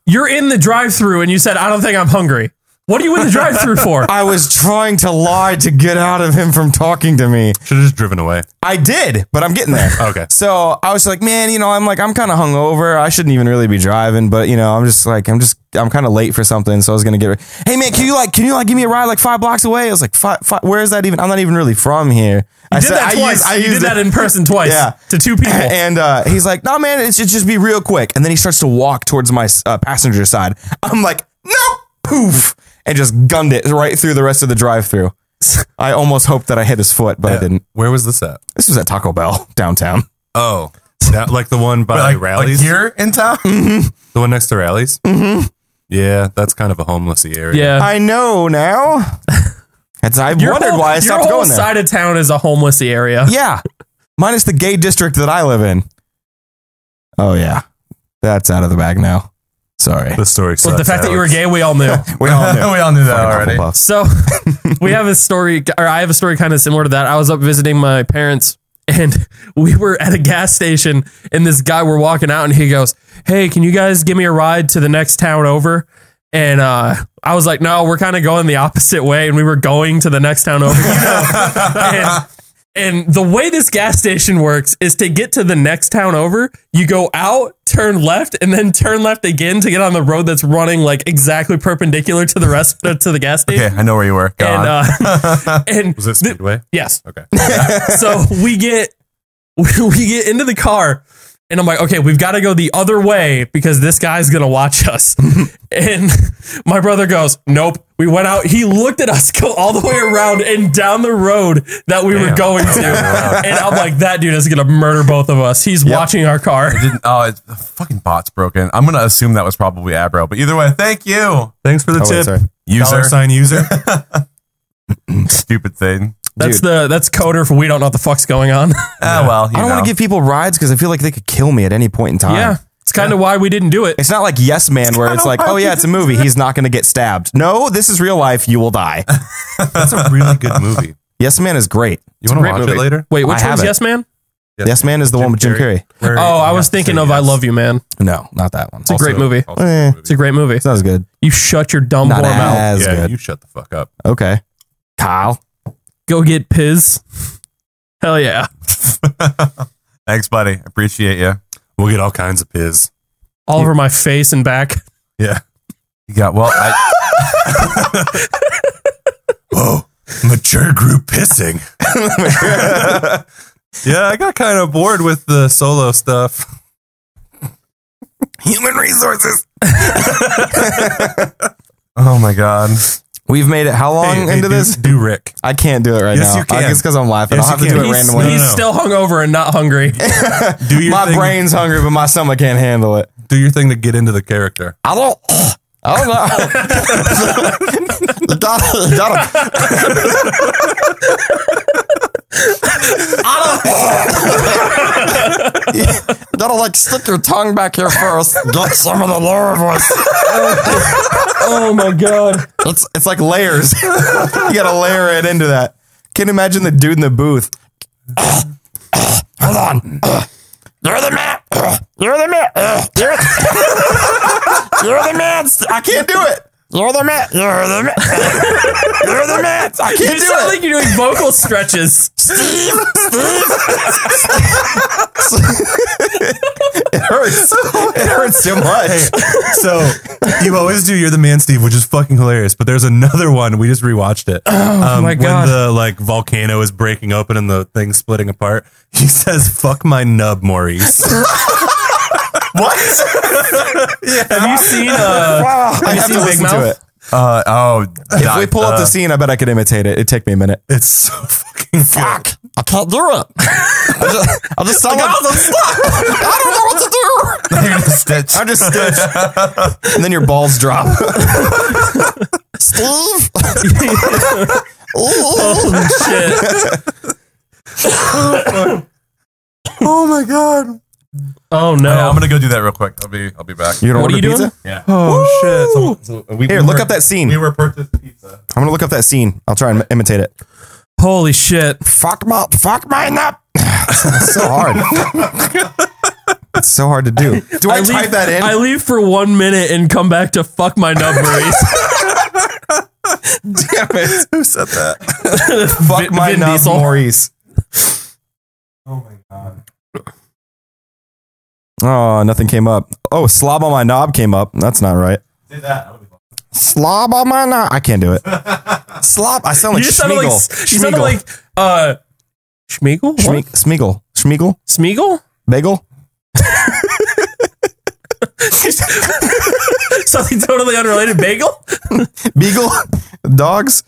[SPEAKER 3] you're in the drive-through and you said, "I don't think I'm hungry." What are you in the drive-through for?
[SPEAKER 2] I was trying to lie to get out of him from talking to me.
[SPEAKER 4] Should have just driven away.
[SPEAKER 2] I did, but I'm getting there.
[SPEAKER 4] Okay.
[SPEAKER 2] So I was like, man, you know, I'm like, I'm kind of hungover. I shouldn't even really be driving, but you know, I'm just like, I'm just, I'm kind of late for something. So I was gonna get. Hey, man, can you like, can you like, give me a ride like five blocks away? I was like, five, five, where is that even? I'm not even really from here. I
[SPEAKER 3] You did that
[SPEAKER 2] I
[SPEAKER 3] twice.
[SPEAKER 2] used- I
[SPEAKER 3] you
[SPEAKER 2] used
[SPEAKER 3] did
[SPEAKER 2] it-
[SPEAKER 3] that in person twice
[SPEAKER 2] Yeah.
[SPEAKER 3] to two people.
[SPEAKER 2] And uh, he's like, no, man, it should just be real quick. And then he starts to walk towards my uh, passenger side. I'm like, no, poof, and just gunned it right through the rest of the drive-through. I almost hoped that I hit his foot, but I didn't.
[SPEAKER 4] Where was this at?
[SPEAKER 2] This was at Taco Bell downtown.
[SPEAKER 4] Oh, that like the one by
[SPEAKER 1] Like, like
[SPEAKER 4] rallies,
[SPEAKER 1] here in town?
[SPEAKER 4] the one next to rallies. Mm-hmm. Yeah, that's kind of a homelessy area.
[SPEAKER 3] yeah.
[SPEAKER 2] I know now. That's, I
[SPEAKER 3] Uh, Your
[SPEAKER 2] wondered
[SPEAKER 3] whole-
[SPEAKER 2] why I
[SPEAKER 3] your
[SPEAKER 2] stopped
[SPEAKER 3] whole
[SPEAKER 2] going there.
[SPEAKER 3] side of town is a homeless area.
[SPEAKER 2] yeah, minus the gay district that I live in. Oh yeah, that's out of the bag now. Sorry,
[SPEAKER 4] the story.
[SPEAKER 3] But the
[SPEAKER 4] sucks,
[SPEAKER 3] fact that you were
[SPEAKER 4] Alex.
[SPEAKER 3] gay, we all knew.
[SPEAKER 2] we all knew.
[SPEAKER 1] we all knew that already.
[SPEAKER 2] Fucking Hufflepuff.
[SPEAKER 3] So we have a story, or I have a story kind of similar to that. I was up visiting my parents, and we were at a gas station, and this guy we're walking out, and he goes, "Hey, can you guys give me a ride to the next town over?" And uh, I was like, "No, we're kind of going the opposite way," and we were going to the next town over. You know? and, and the way this gas station works is to get to the next town over, you go out, turn left, and then turn left again to get on the road that's running like exactly perpendicular to the rest uh, to the gas station
[SPEAKER 1] Okay, I know where you were. Go on.
[SPEAKER 3] and uh, and
[SPEAKER 4] Was it
[SPEAKER 3] the-
[SPEAKER 4] Speedway?
[SPEAKER 3] yes,
[SPEAKER 4] Okay.
[SPEAKER 3] so we get we get into the car, and I'm like, okay, we've got to go the other way because this guy's gonna watch us. and my brother goes, nope. We went out. He looked at us go all the way around and down the road that we were going to, and I'm like, that dude is gonna murder both of us. He's watching our car.
[SPEAKER 1] Didn't, oh, it, the fucking bot's broken. I'm gonna assume that was probably Abro, but either way, thank you,
[SPEAKER 4] Thanks for the
[SPEAKER 2] Oh, wait,
[SPEAKER 4] tip.
[SPEAKER 2] sorry.
[SPEAKER 4] Dollar
[SPEAKER 1] user.
[SPEAKER 4] sign user.
[SPEAKER 1] Stupid thing.
[SPEAKER 3] That's
[SPEAKER 2] Dude.
[SPEAKER 3] the that's coder for we don't know what the fuck's going on.
[SPEAKER 1] Ah, well, you
[SPEAKER 2] I don't
[SPEAKER 1] know.
[SPEAKER 2] want to give people rides because I feel like they could kill me at any point in time.
[SPEAKER 3] yeah, it's kind of why we didn't do it.
[SPEAKER 2] It's not like Yes Man where it's like, oh yeah, it's a movie. He's not going to get stabbed. No, this is real life. You will die.
[SPEAKER 4] That's a really good movie.
[SPEAKER 2] yes Man is great.
[SPEAKER 4] You want to
[SPEAKER 2] Great
[SPEAKER 4] watch
[SPEAKER 2] movie.
[SPEAKER 4] it later?
[SPEAKER 3] Wait,
[SPEAKER 2] I
[SPEAKER 3] which one's
[SPEAKER 2] haven't.
[SPEAKER 3] Yes Man?
[SPEAKER 2] Yes Man is the one with Jim Carrey.
[SPEAKER 4] Where-
[SPEAKER 3] Oh, I
[SPEAKER 4] you
[SPEAKER 3] was
[SPEAKER 4] have to
[SPEAKER 3] thinking
[SPEAKER 4] say
[SPEAKER 3] of I
[SPEAKER 4] yes.
[SPEAKER 3] Love You Man.
[SPEAKER 2] No, not that one.
[SPEAKER 3] It's a great
[SPEAKER 4] Also-
[SPEAKER 3] movie.
[SPEAKER 4] also a
[SPEAKER 2] Eh.
[SPEAKER 4] movie.
[SPEAKER 3] It's a great movie.
[SPEAKER 2] It's not as good.
[SPEAKER 3] You shut your dumb
[SPEAKER 2] Not
[SPEAKER 3] whore mouth.
[SPEAKER 2] as
[SPEAKER 4] yeah,
[SPEAKER 2] good.
[SPEAKER 4] you shut the fuck up.
[SPEAKER 2] Okay. Kyle.
[SPEAKER 3] Go get piz. Hell yeah.
[SPEAKER 1] Thanks, buddy. Appreciate you.
[SPEAKER 4] We'll get all kinds of piz.
[SPEAKER 3] All over my face and back.
[SPEAKER 4] Yeah.
[SPEAKER 1] You got well. I,
[SPEAKER 4] Whoa, mature group pissing. yeah, I got kind of bored with the solo stuff.
[SPEAKER 2] Human resources.
[SPEAKER 1] oh my god.
[SPEAKER 2] We've made it how long
[SPEAKER 4] Hey, hey,
[SPEAKER 2] into
[SPEAKER 4] do-
[SPEAKER 2] this?
[SPEAKER 4] do Rick.
[SPEAKER 2] I can't do it right
[SPEAKER 4] Yes,
[SPEAKER 2] now.
[SPEAKER 4] you can.
[SPEAKER 2] I guess because I'm laughing.
[SPEAKER 4] Yes,
[SPEAKER 2] I'll have
[SPEAKER 4] you
[SPEAKER 2] to do
[SPEAKER 4] can.
[SPEAKER 2] it
[SPEAKER 3] He's,
[SPEAKER 2] randomly.
[SPEAKER 3] he's
[SPEAKER 4] no, no.
[SPEAKER 3] still hungover and not hungry.
[SPEAKER 4] Do your
[SPEAKER 2] My
[SPEAKER 4] thing.
[SPEAKER 2] brain's hungry, but my stomach can't handle it.
[SPEAKER 4] Do your thing to get into the character.
[SPEAKER 2] I don't. I don't know. Donald- Donald- I don't. Gotta like stick your tongue back here first. Get some of the lower voice.
[SPEAKER 3] oh my god.
[SPEAKER 2] It's it's like layers. you gotta layer it into that. Can't imagine the dude in the booth. Hold on. You're the man. You're the man. You're, you're the man. I can't do it. You're the man. You're the man. You're the man. I
[SPEAKER 3] You
[SPEAKER 2] can't do
[SPEAKER 3] sound
[SPEAKER 2] it.
[SPEAKER 3] like you're doing vocal stretches.
[SPEAKER 2] it hurts. It hurts too much.
[SPEAKER 4] So you always do "You're the Man, Steve," which is fucking hilarious. But there's another one we just rewatched it. Oh
[SPEAKER 3] my God.
[SPEAKER 4] When the like volcano is breaking open and the thing's splitting apart, he says, "Fuck my nub, Maurice."
[SPEAKER 2] What?
[SPEAKER 3] Have you seen uh
[SPEAKER 2] Wow. I
[SPEAKER 3] you
[SPEAKER 2] have
[SPEAKER 3] seen
[SPEAKER 2] to
[SPEAKER 3] Big
[SPEAKER 2] listen
[SPEAKER 3] Mouth?
[SPEAKER 2] to it.
[SPEAKER 1] Uh, oh,
[SPEAKER 2] If we pull up the scene, I bet I could imitate it. It'd take me a minute.
[SPEAKER 4] it's so fucking fuck.
[SPEAKER 2] I can't do it. I just, I'm just sound like, I don't know what to do.
[SPEAKER 1] stitch.
[SPEAKER 2] I'm just stiff. and then your balls drop. Steve?
[SPEAKER 3] holy shit.
[SPEAKER 1] Oh my god.
[SPEAKER 3] Oh no.
[SPEAKER 1] I'm gonna go do that real quick. I'll be. I'll be back.
[SPEAKER 2] You don't
[SPEAKER 3] what
[SPEAKER 2] order
[SPEAKER 3] are you
[SPEAKER 2] pizza?
[SPEAKER 3] doing?
[SPEAKER 1] Yeah.
[SPEAKER 4] Oh shit!
[SPEAKER 1] So we,
[SPEAKER 2] Here,
[SPEAKER 1] we
[SPEAKER 2] look
[SPEAKER 1] were-
[SPEAKER 2] up that scene.
[SPEAKER 1] We
[SPEAKER 2] I'm
[SPEAKER 1] were purchased pizza.
[SPEAKER 2] going to look up that scene. I'll try and imitate it.
[SPEAKER 3] Holy shit.
[SPEAKER 2] Fuck my, fuck mine up. it's so hard. it's so hard to do. Do I, type
[SPEAKER 3] leave,
[SPEAKER 2] that in?
[SPEAKER 3] I leave for one minute and come back to fuck my nub Maurice.
[SPEAKER 2] Damn it.
[SPEAKER 1] Who said that?
[SPEAKER 2] Fuck
[SPEAKER 3] Vin-
[SPEAKER 2] my
[SPEAKER 3] Vin
[SPEAKER 2] knob
[SPEAKER 3] Diesel.
[SPEAKER 2] Maurice.
[SPEAKER 1] Oh my god.
[SPEAKER 2] Oh, nothing came up. Oh, slob on my knob came up. That's not right.
[SPEAKER 1] Did that? I would've-
[SPEAKER 2] Slob on my knob. I can't do it. Slob. I sound
[SPEAKER 3] You
[SPEAKER 2] like
[SPEAKER 3] just sounded like
[SPEAKER 2] Schmeagle.
[SPEAKER 3] you sounded like uh Schmiegel?
[SPEAKER 2] Schmeagle. Schmeagle. Schmeagle.
[SPEAKER 3] Smeagol?
[SPEAKER 2] Bagel.
[SPEAKER 3] Something totally unrelated. Bagel?
[SPEAKER 2] Beagle. Dogs.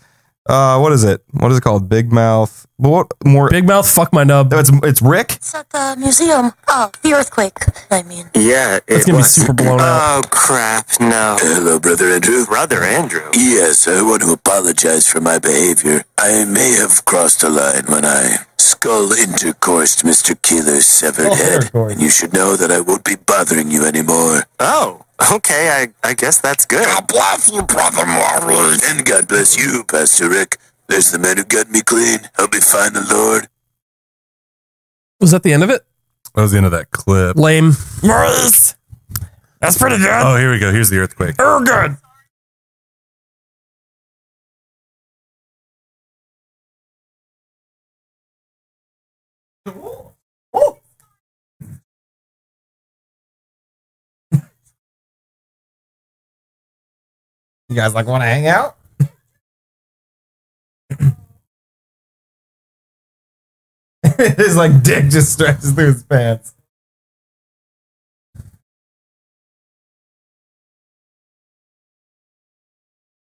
[SPEAKER 2] Uh, what is it? What is it called? Big mouth. But what more?
[SPEAKER 3] Big mouth, fuck my nub.
[SPEAKER 2] No, it's it's Rick.
[SPEAKER 5] It's at the museum. Oh, the earthquake. I mean,
[SPEAKER 6] Yeah,
[SPEAKER 3] It's
[SPEAKER 6] it
[SPEAKER 3] gonna be
[SPEAKER 6] was.
[SPEAKER 3] super blown out.
[SPEAKER 6] Oh crap! No. Hello, brother Andrew. Brother Andrew. Yes, I want to apologize for my behavior. I may have crossed a line when I skull intercoursed Mr. Keeler's
[SPEAKER 3] Oh,
[SPEAKER 6] severed head, and you should know that I won't be bothering you anymore. Oh. Okay, I, I guess that's good. God bless you, Brother Marley. And God bless you, Pastor Rick. There's the man who got me clean. I'll be fine, the Lord.
[SPEAKER 3] Was that the end of it?
[SPEAKER 4] That was the end of that clip.
[SPEAKER 3] Lame.
[SPEAKER 2] That's pretty good.
[SPEAKER 4] Oh, here we go. Here's the earthquake.
[SPEAKER 1] Uh,
[SPEAKER 2] You guys like want to hang out? it is like dick just stretches through his pants.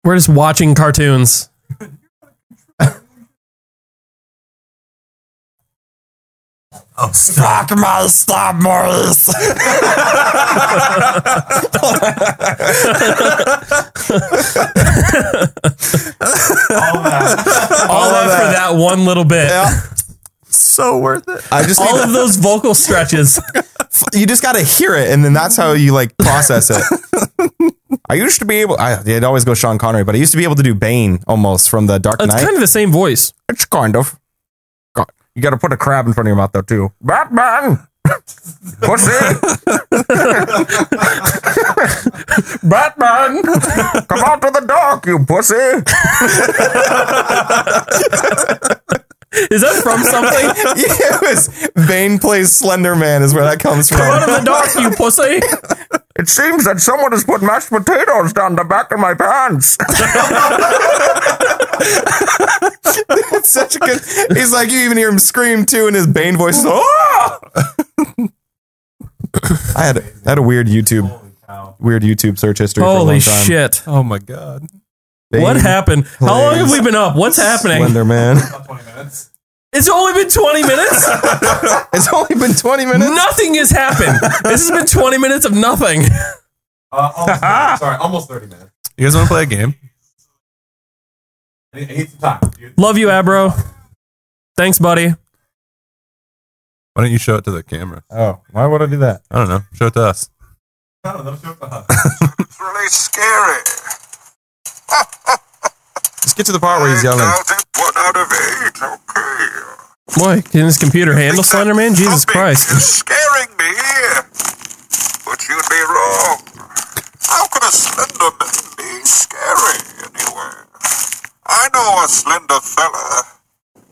[SPEAKER 3] We're just watching cartoons.
[SPEAKER 1] Oh, stop.
[SPEAKER 2] my stop, Maurice.
[SPEAKER 1] All that.
[SPEAKER 3] All that, for that one little bit.
[SPEAKER 4] So worth it.
[SPEAKER 2] I just
[SPEAKER 3] All of those vocal stretches.
[SPEAKER 2] you just gotta hear it, and then that's how you like process it. I used to be able. I did always go Sean Connery, but I used to be able to do Bane almost from the Dark
[SPEAKER 3] It's
[SPEAKER 2] Knight.
[SPEAKER 3] kind of the same voice.
[SPEAKER 2] It's kind of. God, you got to put a crab in front of your mouth though too. Batman. Pussy. Batman, come out to the dark, you pussy.
[SPEAKER 3] Is that from something?
[SPEAKER 2] it was Bane plays Slender Man is where that comes from.
[SPEAKER 3] Out of the dark, you pussy.
[SPEAKER 2] It seems that someone has put mashed potatoes down the back of my pants. it's such a good. He's like you even hear him scream too in his Bane voice. Oh! I had I had a weird YouTube
[SPEAKER 1] Holy cow.
[SPEAKER 2] weird YouTube search history. for a
[SPEAKER 3] Holy
[SPEAKER 2] long time.
[SPEAKER 3] shit.
[SPEAKER 4] Oh my god.
[SPEAKER 2] Bane,
[SPEAKER 3] What happened? How long have we been up? What's happening?
[SPEAKER 2] Slender Man.
[SPEAKER 1] About 20 minutes.
[SPEAKER 3] It's only been 20 minutes.
[SPEAKER 2] It's only been twenty minutes.
[SPEAKER 3] Nothing has happened. This has been 20 minutes of nothing.
[SPEAKER 1] Uh, almost 30, sorry, almost 30 minutes.
[SPEAKER 4] You guys want to play a game?
[SPEAKER 1] I need, I need some time. dude.
[SPEAKER 3] Love you, Abro. Thanks, buddy.
[SPEAKER 4] Why don't you show it to the camera?
[SPEAKER 2] Oh, why would I do that?
[SPEAKER 4] I don't know. Show it to us.
[SPEAKER 1] I don't know, show it to us.
[SPEAKER 6] It's really scary.
[SPEAKER 2] Let's get to the part where he's yelling.
[SPEAKER 6] One out of eight. Okay.
[SPEAKER 3] Boy, can this computer handle Slenderman? Jesus
[SPEAKER 6] Something
[SPEAKER 3] Christ.
[SPEAKER 6] is scaring me here. But you'd be wrong. How could a slender man be scary, anyway? I know a slender fella.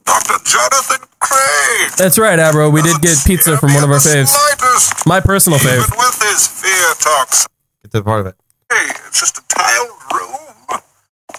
[SPEAKER 6] Dr. Jonathan Crane.
[SPEAKER 3] That's right, Abro. We did get
[SPEAKER 6] Doesn't
[SPEAKER 3] pizza
[SPEAKER 6] scare
[SPEAKER 3] from
[SPEAKER 6] me
[SPEAKER 3] one of
[SPEAKER 6] in
[SPEAKER 3] our
[SPEAKER 6] the
[SPEAKER 3] faves.
[SPEAKER 6] slightest,
[SPEAKER 3] My personal fave.
[SPEAKER 6] Even with his fear toxin.
[SPEAKER 2] Get to the part of it.
[SPEAKER 6] Hey, it's just a tiled room.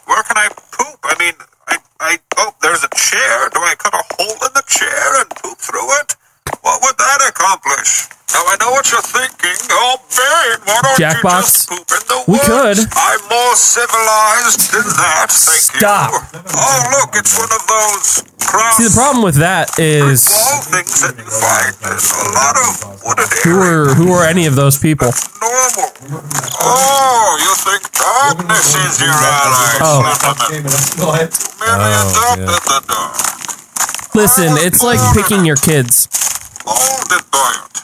[SPEAKER 6] Where can I poop? I mean, I, I, oh, there's a chair. Do I cut a hole in the chair and poop through it? What would that accomplish? Now I know what you're thinking. Oh, Ben, why don't
[SPEAKER 3] Jackbox?
[SPEAKER 6] you just poop in the
[SPEAKER 3] We
[SPEAKER 6] woods?
[SPEAKER 3] could.
[SPEAKER 6] I'm more civilized than that. Thank
[SPEAKER 3] Stop.
[SPEAKER 6] you. Oh, look, it's one of those cross
[SPEAKER 3] See, the problem with that is
[SPEAKER 6] wall things that you find. There's a lot of wooded
[SPEAKER 3] who
[SPEAKER 6] areas.
[SPEAKER 3] are who are any of those people?
[SPEAKER 6] normal. Oh, you think darkness is your ally,
[SPEAKER 3] Oh.
[SPEAKER 1] Okay,
[SPEAKER 6] Slenderman.
[SPEAKER 1] but I'm still in.
[SPEAKER 6] Merely
[SPEAKER 4] Oh,
[SPEAKER 6] adopted
[SPEAKER 4] yeah.
[SPEAKER 6] the dark,
[SPEAKER 3] Listen, it's like picking your kids.
[SPEAKER 6] molded by it.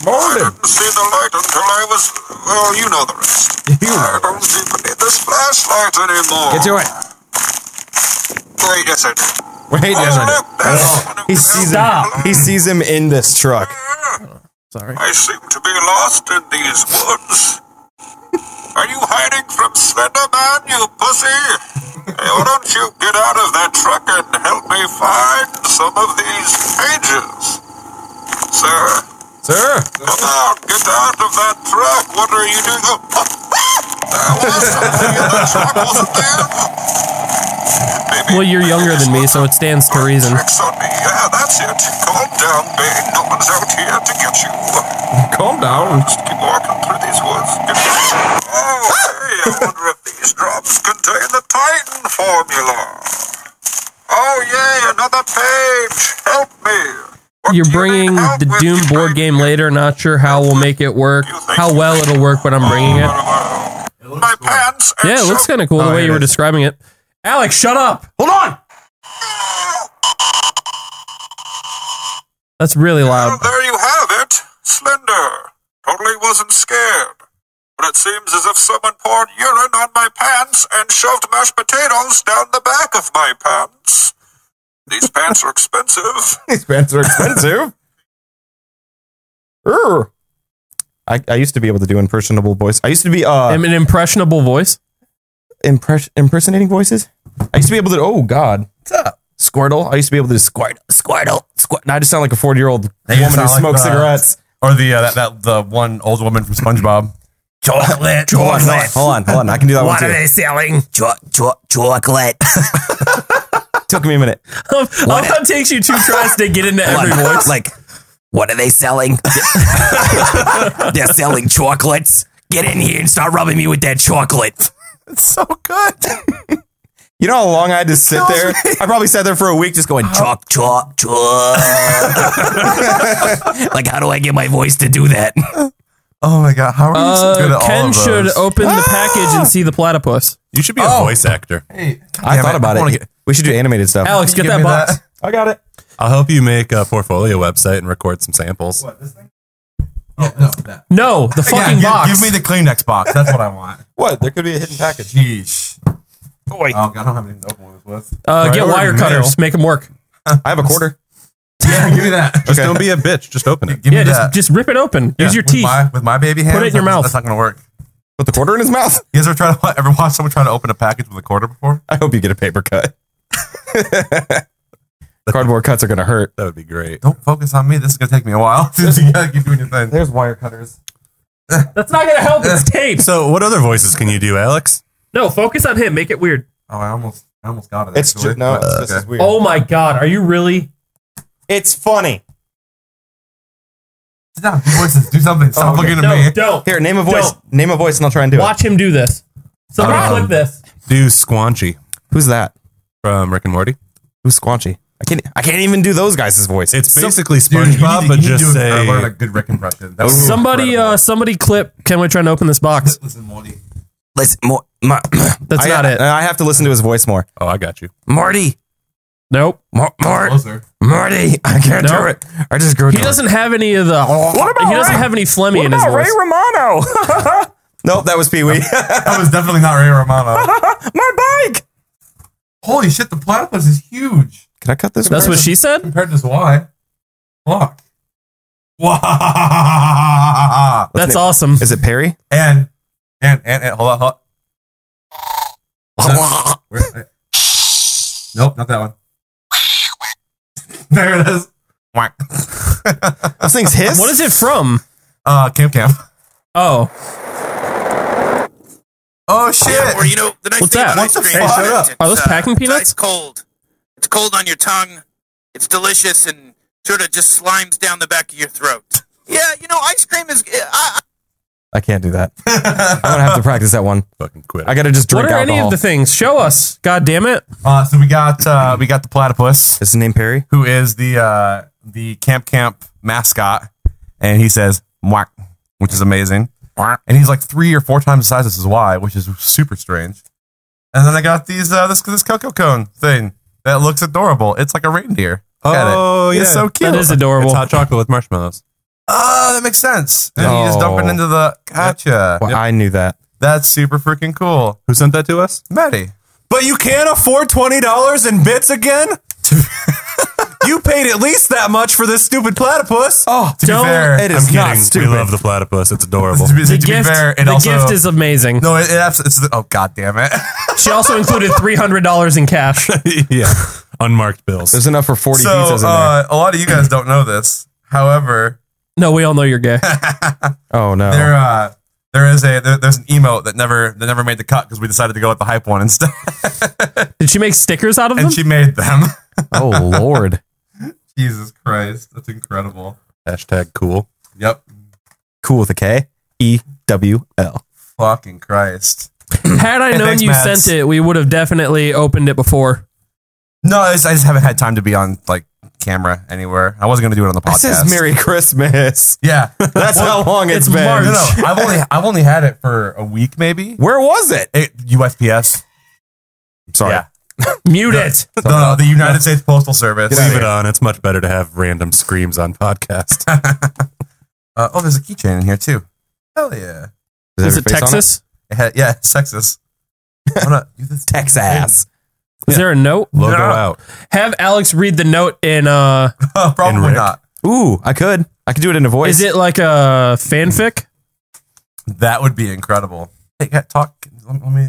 [SPEAKER 6] I
[SPEAKER 2] Molded.
[SPEAKER 6] didn't see the light until I was, well, you know the rest. I don't even need this flashlight anymore.
[SPEAKER 2] Get to it.
[SPEAKER 6] Wait, yes, I do.
[SPEAKER 2] Wait, yes, I
[SPEAKER 6] oh,
[SPEAKER 2] do.
[SPEAKER 6] look, there's one
[SPEAKER 2] He
[SPEAKER 6] who
[SPEAKER 2] sees him.
[SPEAKER 3] Stop.
[SPEAKER 2] He sees him in this truck.
[SPEAKER 3] Sorry.
[SPEAKER 6] I seem to be lost in these woods. Are you hiding from Slender Man, you pussy? why don't you get out of that truck and help me find some of these pages? Sir,
[SPEAKER 4] Sir,
[SPEAKER 6] come on, get out of that truck. What are you doing? Oh, there was something in the truck, wasn't there? Maybe
[SPEAKER 3] Well, you're younger than me, so it stands to reason.
[SPEAKER 6] tricks on me. Yeah, that's it. Calm down, babe. No one's out here to get you.
[SPEAKER 4] calm down.
[SPEAKER 6] Just keep walking through these woods. Oh, hey, I wonder if these drops contain the Titan formula. Oh, yay, another page. Help me. What
[SPEAKER 3] You're
[SPEAKER 6] do you
[SPEAKER 3] bringing
[SPEAKER 6] need help
[SPEAKER 3] the
[SPEAKER 6] with,
[SPEAKER 3] Doom
[SPEAKER 6] you
[SPEAKER 3] board
[SPEAKER 6] Titan?
[SPEAKER 3] game later. Not sure how we'll make it work, how well it'll work, but I'm bringing it.
[SPEAKER 6] Oh, My pants and
[SPEAKER 3] Yeah, it looks
[SPEAKER 6] shirt.
[SPEAKER 3] kind of cool the
[SPEAKER 4] Oh,
[SPEAKER 3] way
[SPEAKER 4] it
[SPEAKER 3] you were
[SPEAKER 4] is.
[SPEAKER 3] describing it. Alex, shut up.
[SPEAKER 2] Hold on.
[SPEAKER 3] That's really
[SPEAKER 6] Well,
[SPEAKER 3] loud.
[SPEAKER 6] there you have it. Slender. Totally wasn't scared. But it seems as if someone poured urine on my pants and shoved mashed potatoes down the back of my pants. These pants are expensive.
[SPEAKER 2] These pants are expensive. Urgh. I, I used to be able to do impersonable voice. I used to be uh
[SPEAKER 3] I'm an impressionable voice.
[SPEAKER 2] impress- impersonating voices. I used to be able to. Oh God, what's up? Squirtle. I used to be able to do squirt, squirtle, squirt. Now I just sound like a forty-year-old
[SPEAKER 1] Now you
[SPEAKER 2] woman who
[SPEAKER 1] sound like
[SPEAKER 2] smokes
[SPEAKER 7] uh,
[SPEAKER 1] the-
[SPEAKER 2] cigarettes.
[SPEAKER 1] Or the uh, that, that the one old woman from SpongeBob. Chocolate, chocolate.
[SPEAKER 2] Hold on, hold on. I can do that one too.
[SPEAKER 3] selling?
[SPEAKER 7] chocolate.
[SPEAKER 2] Took me a minute.
[SPEAKER 3] I love how it takes you two tries to get into every
[SPEAKER 7] Like-
[SPEAKER 3] voice.
[SPEAKER 7] Like, what are they selling? They're selling chocolates. Get in here and start rubbing me with that chocolate.
[SPEAKER 2] so good. you know how long I had to sit there? I probably sat there for a week just going, "Choc."
[SPEAKER 7] Chalk, chalk, chalk. like, how do I get my voice to do that?
[SPEAKER 1] Oh my god, how are you so good
[SPEAKER 3] Uh,
[SPEAKER 1] at all
[SPEAKER 3] Ken
[SPEAKER 1] of those?
[SPEAKER 3] should open the package and see the platypus.
[SPEAKER 4] You should be a
[SPEAKER 1] Oh.
[SPEAKER 4] voice actor.
[SPEAKER 2] I
[SPEAKER 1] Damn
[SPEAKER 2] thought
[SPEAKER 1] it,
[SPEAKER 2] about
[SPEAKER 1] I wanna
[SPEAKER 2] it.
[SPEAKER 1] get-
[SPEAKER 2] we should do animated stuff.
[SPEAKER 3] Alex,
[SPEAKER 1] Can
[SPEAKER 3] get
[SPEAKER 1] you give
[SPEAKER 3] that
[SPEAKER 1] me
[SPEAKER 3] box.
[SPEAKER 1] that?
[SPEAKER 2] I got it.
[SPEAKER 4] I'll help you make a portfolio website and record some samples.
[SPEAKER 3] No, the
[SPEAKER 1] Yeah,
[SPEAKER 3] fucking
[SPEAKER 1] give,
[SPEAKER 3] box.
[SPEAKER 1] give me the Kleenex box. That's what I want.
[SPEAKER 2] What? There could be a hidden package.
[SPEAKER 1] Jeez. Oh god, I don't have anything to open this with.
[SPEAKER 3] uh, get
[SPEAKER 4] Priority
[SPEAKER 3] wire cutters. Make them work.
[SPEAKER 2] I have a quarter.
[SPEAKER 1] Yeah, give me that.
[SPEAKER 4] Just don't be a bitch. Just open it.
[SPEAKER 1] Give
[SPEAKER 3] Yeah,
[SPEAKER 1] me
[SPEAKER 3] just,
[SPEAKER 1] that.
[SPEAKER 3] just rip it open. Use your
[SPEAKER 1] with
[SPEAKER 3] teeth.
[SPEAKER 1] My, with my baby hands,
[SPEAKER 3] it in your
[SPEAKER 1] that's-
[SPEAKER 3] mouth.
[SPEAKER 1] That's not gonna work.
[SPEAKER 2] Put the quarter in his mouth.
[SPEAKER 1] You guys ever try to ever watch someone try to open a package with a quarter before?
[SPEAKER 2] I hope you get a paper cut. Cardboard cuts are gonna hurt.
[SPEAKER 4] That would be great.
[SPEAKER 1] Don't focus on me. This is gonna take me a while. you gotta keep doing your thing.
[SPEAKER 2] There's wire cutters.
[SPEAKER 3] That's not gonna help. It's tape.
[SPEAKER 4] So, what other voices can you do, Alex?
[SPEAKER 3] No, focus on him. Make it weird.
[SPEAKER 1] Oh, I almost, I almost got it.
[SPEAKER 2] It's
[SPEAKER 1] actually.
[SPEAKER 2] just no. It's
[SPEAKER 1] Uh,
[SPEAKER 2] just
[SPEAKER 1] okay.
[SPEAKER 2] as weird.
[SPEAKER 3] Oh my god, are you really?
[SPEAKER 2] it's funny.
[SPEAKER 1] Sit down. Do voices. Do something. Stop
[SPEAKER 2] Oh, okay.
[SPEAKER 1] looking at
[SPEAKER 3] No,
[SPEAKER 1] me.
[SPEAKER 3] don't.
[SPEAKER 2] Here, name a voice.
[SPEAKER 3] Don't.
[SPEAKER 2] Name a voice, and I'll try and do
[SPEAKER 3] Watch him do this. Somebody
[SPEAKER 1] Um,
[SPEAKER 3] clip this.
[SPEAKER 4] Do Squanchy
[SPEAKER 2] it. Who's that?
[SPEAKER 4] from Rick and Morty.
[SPEAKER 2] Who's Squanchy? I can't. I can't even do those guys' voice.
[SPEAKER 4] It's basically
[SPEAKER 1] Dude, you need
[SPEAKER 4] SpongeBob,
[SPEAKER 1] to-
[SPEAKER 4] but
[SPEAKER 1] you need to
[SPEAKER 4] just
[SPEAKER 1] do a-
[SPEAKER 4] say
[SPEAKER 1] learn a good Rick impression. That would be
[SPEAKER 3] Somebody,
[SPEAKER 1] incredible.
[SPEAKER 3] uh, somebody clip. Can we try and open this box?
[SPEAKER 1] listen, Morty.
[SPEAKER 7] Listen, Mor- Mar-
[SPEAKER 3] That's
[SPEAKER 2] I,
[SPEAKER 3] not it.
[SPEAKER 2] I have to listen to his voice more.
[SPEAKER 4] Oh, I got you.
[SPEAKER 7] Marty,
[SPEAKER 3] Nope.
[SPEAKER 7] Mar- Mar-
[SPEAKER 1] Closer.
[SPEAKER 7] Marty, I can't
[SPEAKER 3] No.
[SPEAKER 7] do it. I just grew.
[SPEAKER 3] He
[SPEAKER 7] dark.
[SPEAKER 3] doesn't have any of the. he doesn't have any phlegmy in his
[SPEAKER 7] about
[SPEAKER 3] voice.
[SPEAKER 7] Romano.
[SPEAKER 2] Nope, that was Pee Wee.
[SPEAKER 1] That was definitely not Ray Romano.
[SPEAKER 7] My bike.
[SPEAKER 1] Holy shit, the platypus is huge
[SPEAKER 2] Can I cut this?
[SPEAKER 3] That's
[SPEAKER 2] part?
[SPEAKER 3] what she said.
[SPEAKER 1] compared to this Y. Fuck. Wah!
[SPEAKER 3] That's
[SPEAKER 2] name-
[SPEAKER 3] awesome.
[SPEAKER 2] Is it Perry?
[SPEAKER 1] And, and, and, and, hold on, hold on. Where- nope, not that one. there it is. Whack.
[SPEAKER 2] This thing's his.
[SPEAKER 3] What is it from?
[SPEAKER 1] uh, Camp Camp.
[SPEAKER 3] Oh,
[SPEAKER 1] Oh shit!
[SPEAKER 8] Or you know, the nice
[SPEAKER 3] What's
[SPEAKER 8] thing
[SPEAKER 3] that?
[SPEAKER 8] about
[SPEAKER 3] What
[SPEAKER 8] ice
[SPEAKER 1] the
[SPEAKER 8] cream
[SPEAKER 1] fuck?
[SPEAKER 8] is
[SPEAKER 1] Shut up.
[SPEAKER 8] it's,
[SPEAKER 3] Are those
[SPEAKER 8] uh,
[SPEAKER 3] packing peanuts?
[SPEAKER 8] It's ice cold. It's cold on your tongue. It's delicious and sort of just slimes down the back of your throat. Yeah, you know, ice cream is. uh, I,
[SPEAKER 2] I can't do that. I'm gonna have to practice that one.
[SPEAKER 4] Fucking quit.
[SPEAKER 2] I gotta just
[SPEAKER 3] what
[SPEAKER 2] drink
[SPEAKER 3] are any
[SPEAKER 2] alcohol.
[SPEAKER 3] of the things? Show us. God damn it.
[SPEAKER 1] Uh, so we got uh, we got the platypus,
[SPEAKER 2] is his name Perry?
[SPEAKER 1] who is the uh, the Camp Camp mascot, and he says "mwack," which is amazing. And he's like three or four times the size of his Y, which is super strange. And then I got these uh, this this cocoa cone thing that looks adorable. It's like a reindeer. Look at it.
[SPEAKER 4] Oh, yeah.
[SPEAKER 1] It's so cute.
[SPEAKER 3] That is
[SPEAKER 4] It's
[SPEAKER 3] adorable.
[SPEAKER 4] hot chocolate with marshmallows.
[SPEAKER 1] Oh, that makes sense. And you just dump it
[SPEAKER 2] Oh.
[SPEAKER 1] into the gotcha.
[SPEAKER 2] Well, I knew that.
[SPEAKER 1] That's super freaking cool.
[SPEAKER 4] Who sent that to us?
[SPEAKER 1] Maddie.
[SPEAKER 4] But you can't afford twenty dollars in bits again. You paid at least that much for this stupid platypus.
[SPEAKER 3] Oh,
[SPEAKER 1] To be
[SPEAKER 3] don't.
[SPEAKER 1] fair,
[SPEAKER 4] It
[SPEAKER 1] it
[SPEAKER 4] is
[SPEAKER 1] is
[SPEAKER 4] I'm
[SPEAKER 3] not
[SPEAKER 4] kidding.
[SPEAKER 3] stupid.
[SPEAKER 4] We love the platypus. It's adorable.
[SPEAKER 1] to be,
[SPEAKER 3] the
[SPEAKER 1] to
[SPEAKER 3] gift,
[SPEAKER 1] be fair, it
[SPEAKER 3] the
[SPEAKER 1] also
[SPEAKER 3] gift is amazing.
[SPEAKER 1] no, it, it abs- it's oh god damn it.
[SPEAKER 3] She also included three hundred dollars in cash.
[SPEAKER 4] yeah, unmarked bills.
[SPEAKER 2] There's enough for 40
[SPEAKER 1] so
[SPEAKER 2] pizzas in there.
[SPEAKER 1] uh, a lot of you guys don't know this. However,
[SPEAKER 3] No, we all know you're gay.
[SPEAKER 2] Oh, no.
[SPEAKER 1] there uh, there is a there, there's an emote that never that never made the cut because we decided to go with the hype one instead,
[SPEAKER 3] Did she make stickers out of them?
[SPEAKER 1] and she made them.
[SPEAKER 2] oh, Lord.
[SPEAKER 1] Jesus Christ, that's incredible.
[SPEAKER 4] Hashtag cool.
[SPEAKER 1] Yep,
[SPEAKER 2] Cool with a K. E W L.
[SPEAKER 1] fucking Christ.
[SPEAKER 3] Had I
[SPEAKER 1] Hey,
[SPEAKER 3] known
[SPEAKER 1] thanks,
[SPEAKER 3] you
[SPEAKER 1] Mads.
[SPEAKER 3] sent it, we would have definitely opened it before.
[SPEAKER 1] No, I just, I just haven't had time to be on like camera anywhere. I wasn't gonna do it on the
[SPEAKER 2] It
[SPEAKER 1] podcast.
[SPEAKER 2] says Merry Christmas.
[SPEAKER 1] yeah,
[SPEAKER 2] That's how long
[SPEAKER 3] it's
[SPEAKER 2] it's been.
[SPEAKER 3] March.
[SPEAKER 1] no, no. I've only I've only had it for a week maybe.
[SPEAKER 2] Where was it?
[SPEAKER 1] It, USPS.
[SPEAKER 2] Sorry.
[SPEAKER 1] Yeah.
[SPEAKER 3] Mute it.
[SPEAKER 1] The, the United States Postal Service.
[SPEAKER 4] Leave it on. It's much better to have random screams on podcast.
[SPEAKER 1] Uh, oh, there's a keychain in here too. Hell yeah.
[SPEAKER 2] Does it
[SPEAKER 3] Is
[SPEAKER 2] have
[SPEAKER 3] it
[SPEAKER 2] your face on
[SPEAKER 3] Texas?
[SPEAKER 1] It had- yeah, it's Texas. Why not use this?
[SPEAKER 2] Texas.
[SPEAKER 3] Is there a note?
[SPEAKER 4] Logo
[SPEAKER 1] No.
[SPEAKER 4] out.
[SPEAKER 3] Have Alex read the note in uh
[SPEAKER 1] Oh,
[SPEAKER 4] And
[SPEAKER 1] probably
[SPEAKER 4] Rick.
[SPEAKER 1] not.
[SPEAKER 2] Ooh, I could. I could do it in a voice.
[SPEAKER 3] is it like a fanfic?
[SPEAKER 1] That would be incredible. Hey, ca- talk. Let let me.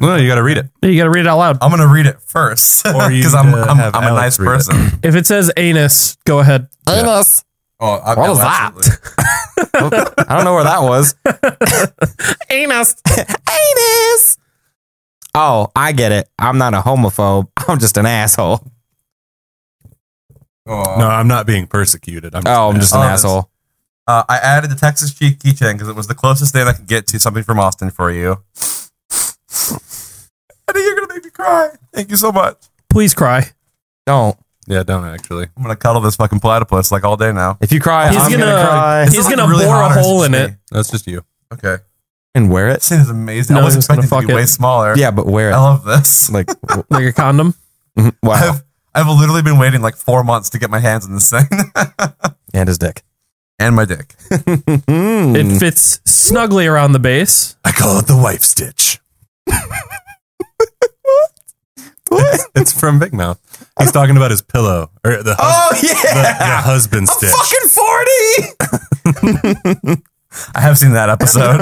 [SPEAKER 4] Well, you got to read it.
[SPEAKER 3] You gotta read it out loud.
[SPEAKER 1] I'm gonna read it first
[SPEAKER 4] Or you
[SPEAKER 1] because I'm
[SPEAKER 4] could
[SPEAKER 1] I'm,
[SPEAKER 4] have
[SPEAKER 1] I'm a nice
[SPEAKER 4] Alex read it.
[SPEAKER 1] person.
[SPEAKER 3] If it says anus, go ahead.
[SPEAKER 2] Anus.
[SPEAKER 1] Oh, I,
[SPEAKER 2] What was that? I don't know where that was.
[SPEAKER 3] Anus.
[SPEAKER 2] Anus. Oh, I get it. I'm not a homophobe. I'm just an asshole.
[SPEAKER 1] Oh.
[SPEAKER 4] No, I'm not being persecuted. I'm
[SPEAKER 2] Oh, I'm just an
[SPEAKER 1] Oh, that's-
[SPEAKER 2] asshole.
[SPEAKER 1] Uh, I added the Texas cheek keychain because it was the closest thing I could get to something from Austin for you. I think you're gonna make me cry. Thank you so much.
[SPEAKER 3] Please cry.
[SPEAKER 2] Don't.
[SPEAKER 4] Yeah, don't actually.
[SPEAKER 1] I'm gonna cuddle this fucking platypus like all day now.
[SPEAKER 2] If you cry,
[SPEAKER 3] He's
[SPEAKER 2] I'm
[SPEAKER 3] gonna-
[SPEAKER 2] gonna, cry
[SPEAKER 3] He's gonna bore a hole in it.
[SPEAKER 4] That's just you.
[SPEAKER 1] Okay,
[SPEAKER 2] and wear
[SPEAKER 1] this
[SPEAKER 2] it.
[SPEAKER 1] thing is amazing.
[SPEAKER 3] No,
[SPEAKER 1] I was
[SPEAKER 3] he's gonna
[SPEAKER 1] expecting it to be
[SPEAKER 3] fuck it.
[SPEAKER 1] way smaller.
[SPEAKER 2] Yeah, but wear
[SPEAKER 1] I
[SPEAKER 2] it.
[SPEAKER 1] love this.
[SPEAKER 2] Like, w-
[SPEAKER 3] Like a condom.
[SPEAKER 2] mhm, wow.
[SPEAKER 1] I've I've literally been waiting like four months to get my hands on this thing
[SPEAKER 2] And his dick.
[SPEAKER 1] and my dick. Hmm.
[SPEAKER 3] It fits snugly around the base.
[SPEAKER 4] I call it the wife stitch.
[SPEAKER 2] What?
[SPEAKER 4] It's from Big Mouth. He's talking about his pillow or the, hus-
[SPEAKER 2] Oh
[SPEAKER 4] the, the
[SPEAKER 2] yeah.
[SPEAKER 4] husband
[SPEAKER 2] I'm
[SPEAKER 4] stitch.
[SPEAKER 2] fucking forty.
[SPEAKER 1] I have seen that episode.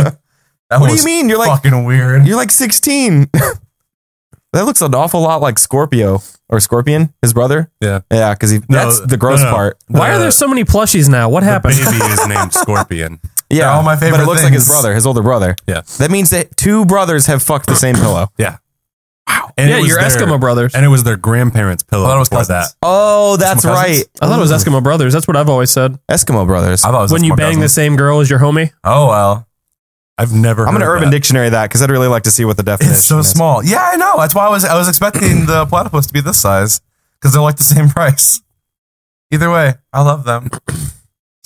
[SPEAKER 1] That
[SPEAKER 2] What do
[SPEAKER 1] was
[SPEAKER 2] you mean? You're like
[SPEAKER 1] fucking weird.
[SPEAKER 2] you're like sixteen. that looks an awful lot like Scorpio or Scorpion, his brother.
[SPEAKER 4] Yeah.
[SPEAKER 2] Yeah, because he
[SPEAKER 4] No,
[SPEAKER 2] that's the gross
[SPEAKER 4] no, no.
[SPEAKER 2] part.
[SPEAKER 3] Why are
[SPEAKER 4] The-
[SPEAKER 1] Uh,
[SPEAKER 3] there so many plushies now? What
[SPEAKER 4] The
[SPEAKER 3] happened?
[SPEAKER 4] baby is named Scorpion.
[SPEAKER 2] Yeah,
[SPEAKER 1] all my
[SPEAKER 2] But
[SPEAKER 1] favorite
[SPEAKER 2] it looks like his
[SPEAKER 1] things.
[SPEAKER 2] brother, his older brother.
[SPEAKER 4] Yeah.
[SPEAKER 2] That means that two brothers have fucked the same pillow.
[SPEAKER 4] And
[SPEAKER 3] Yeah,
[SPEAKER 4] it was
[SPEAKER 3] your
[SPEAKER 4] their-
[SPEAKER 3] Eskimo brothers.
[SPEAKER 4] And it was their grandparents'
[SPEAKER 1] I
[SPEAKER 4] pillow
[SPEAKER 1] thought it was
[SPEAKER 4] before
[SPEAKER 1] cousins.
[SPEAKER 4] that.
[SPEAKER 2] Oh, that's
[SPEAKER 4] cousins?
[SPEAKER 2] right.
[SPEAKER 3] I thought it was Eskimo brothers. That's what I've always said.
[SPEAKER 2] Eskimo brothers.
[SPEAKER 1] I
[SPEAKER 2] I'm
[SPEAKER 1] thought it was
[SPEAKER 3] When
[SPEAKER 1] just
[SPEAKER 3] you
[SPEAKER 1] more
[SPEAKER 3] bang the
[SPEAKER 1] cousins.
[SPEAKER 3] same girl as your homie.
[SPEAKER 1] Oh well,
[SPEAKER 4] I've never heard
[SPEAKER 2] gonna Urban
[SPEAKER 4] that.
[SPEAKER 2] Dictionary that because I'd really like to see what the definition
[SPEAKER 1] it's so
[SPEAKER 2] is.
[SPEAKER 1] small. Yeah, I know. That's why I was I was expecting the platypus to be this size because they're like the same price. Either way, I love them. That's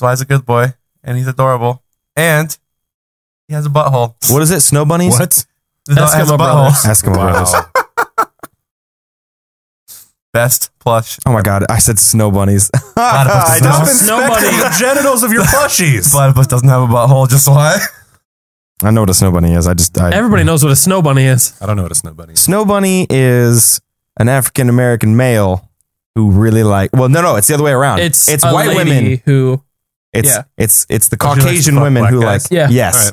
[SPEAKER 1] why he's a good boy and he's adorable and he has a butthole.
[SPEAKER 2] What is it? Snow bunnies?
[SPEAKER 4] What?
[SPEAKER 1] The dog has a butthole.
[SPEAKER 3] Eskimo brothers.
[SPEAKER 2] Eskimo brothers.
[SPEAKER 1] Best plush.
[SPEAKER 2] Oh my god, I said snow bunnies.
[SPEAKER 1] Platypus
[SPEAKER 2] I
[SPEAKER 1] is not-
[SPEAKER 2] just
[SPEAKER 3] Snow bunny.
[SPEAKER 4] The genitals of your plushies.
[SPEAKER 1] Platypus doesn't have a butthole. Just why?
[SPEAKER 2] I know what a snow bunny is. I just I,
[SPEAKER 3] Everybody knows what a snow bunny is.
[SPEAKER 4] I don't know what a snow bunny is.
[SPEAKER 2] Snow bunny is an African American male who really like. Well, no, no, it's the other way around.
[SPEAKER 3] It's
[SPEAKER 2] it's
[SPEAKER 3] a
[SPEAKER 2] white
[SPEAKER 3] lady
[SPEAKER 2] women.
[SPEAKER 3] who
[SPEAKER 2] It's
[SPEAKER 3] yeah.
[SPEAKER 2] it's it's the
[SPEAKER 4] Oh, she likes to
[SPEAKER 2] Caucasian
[SPEAKER 4] fuck
[SPEAKER 2] women
[SPEAKER 4] black
[SPEAKER 2] who
[SPEAKER 4] guys?
[SPEAKER 2] like.
[SPEAKER 3] Yeah.
[SPEAKER 2] Yes.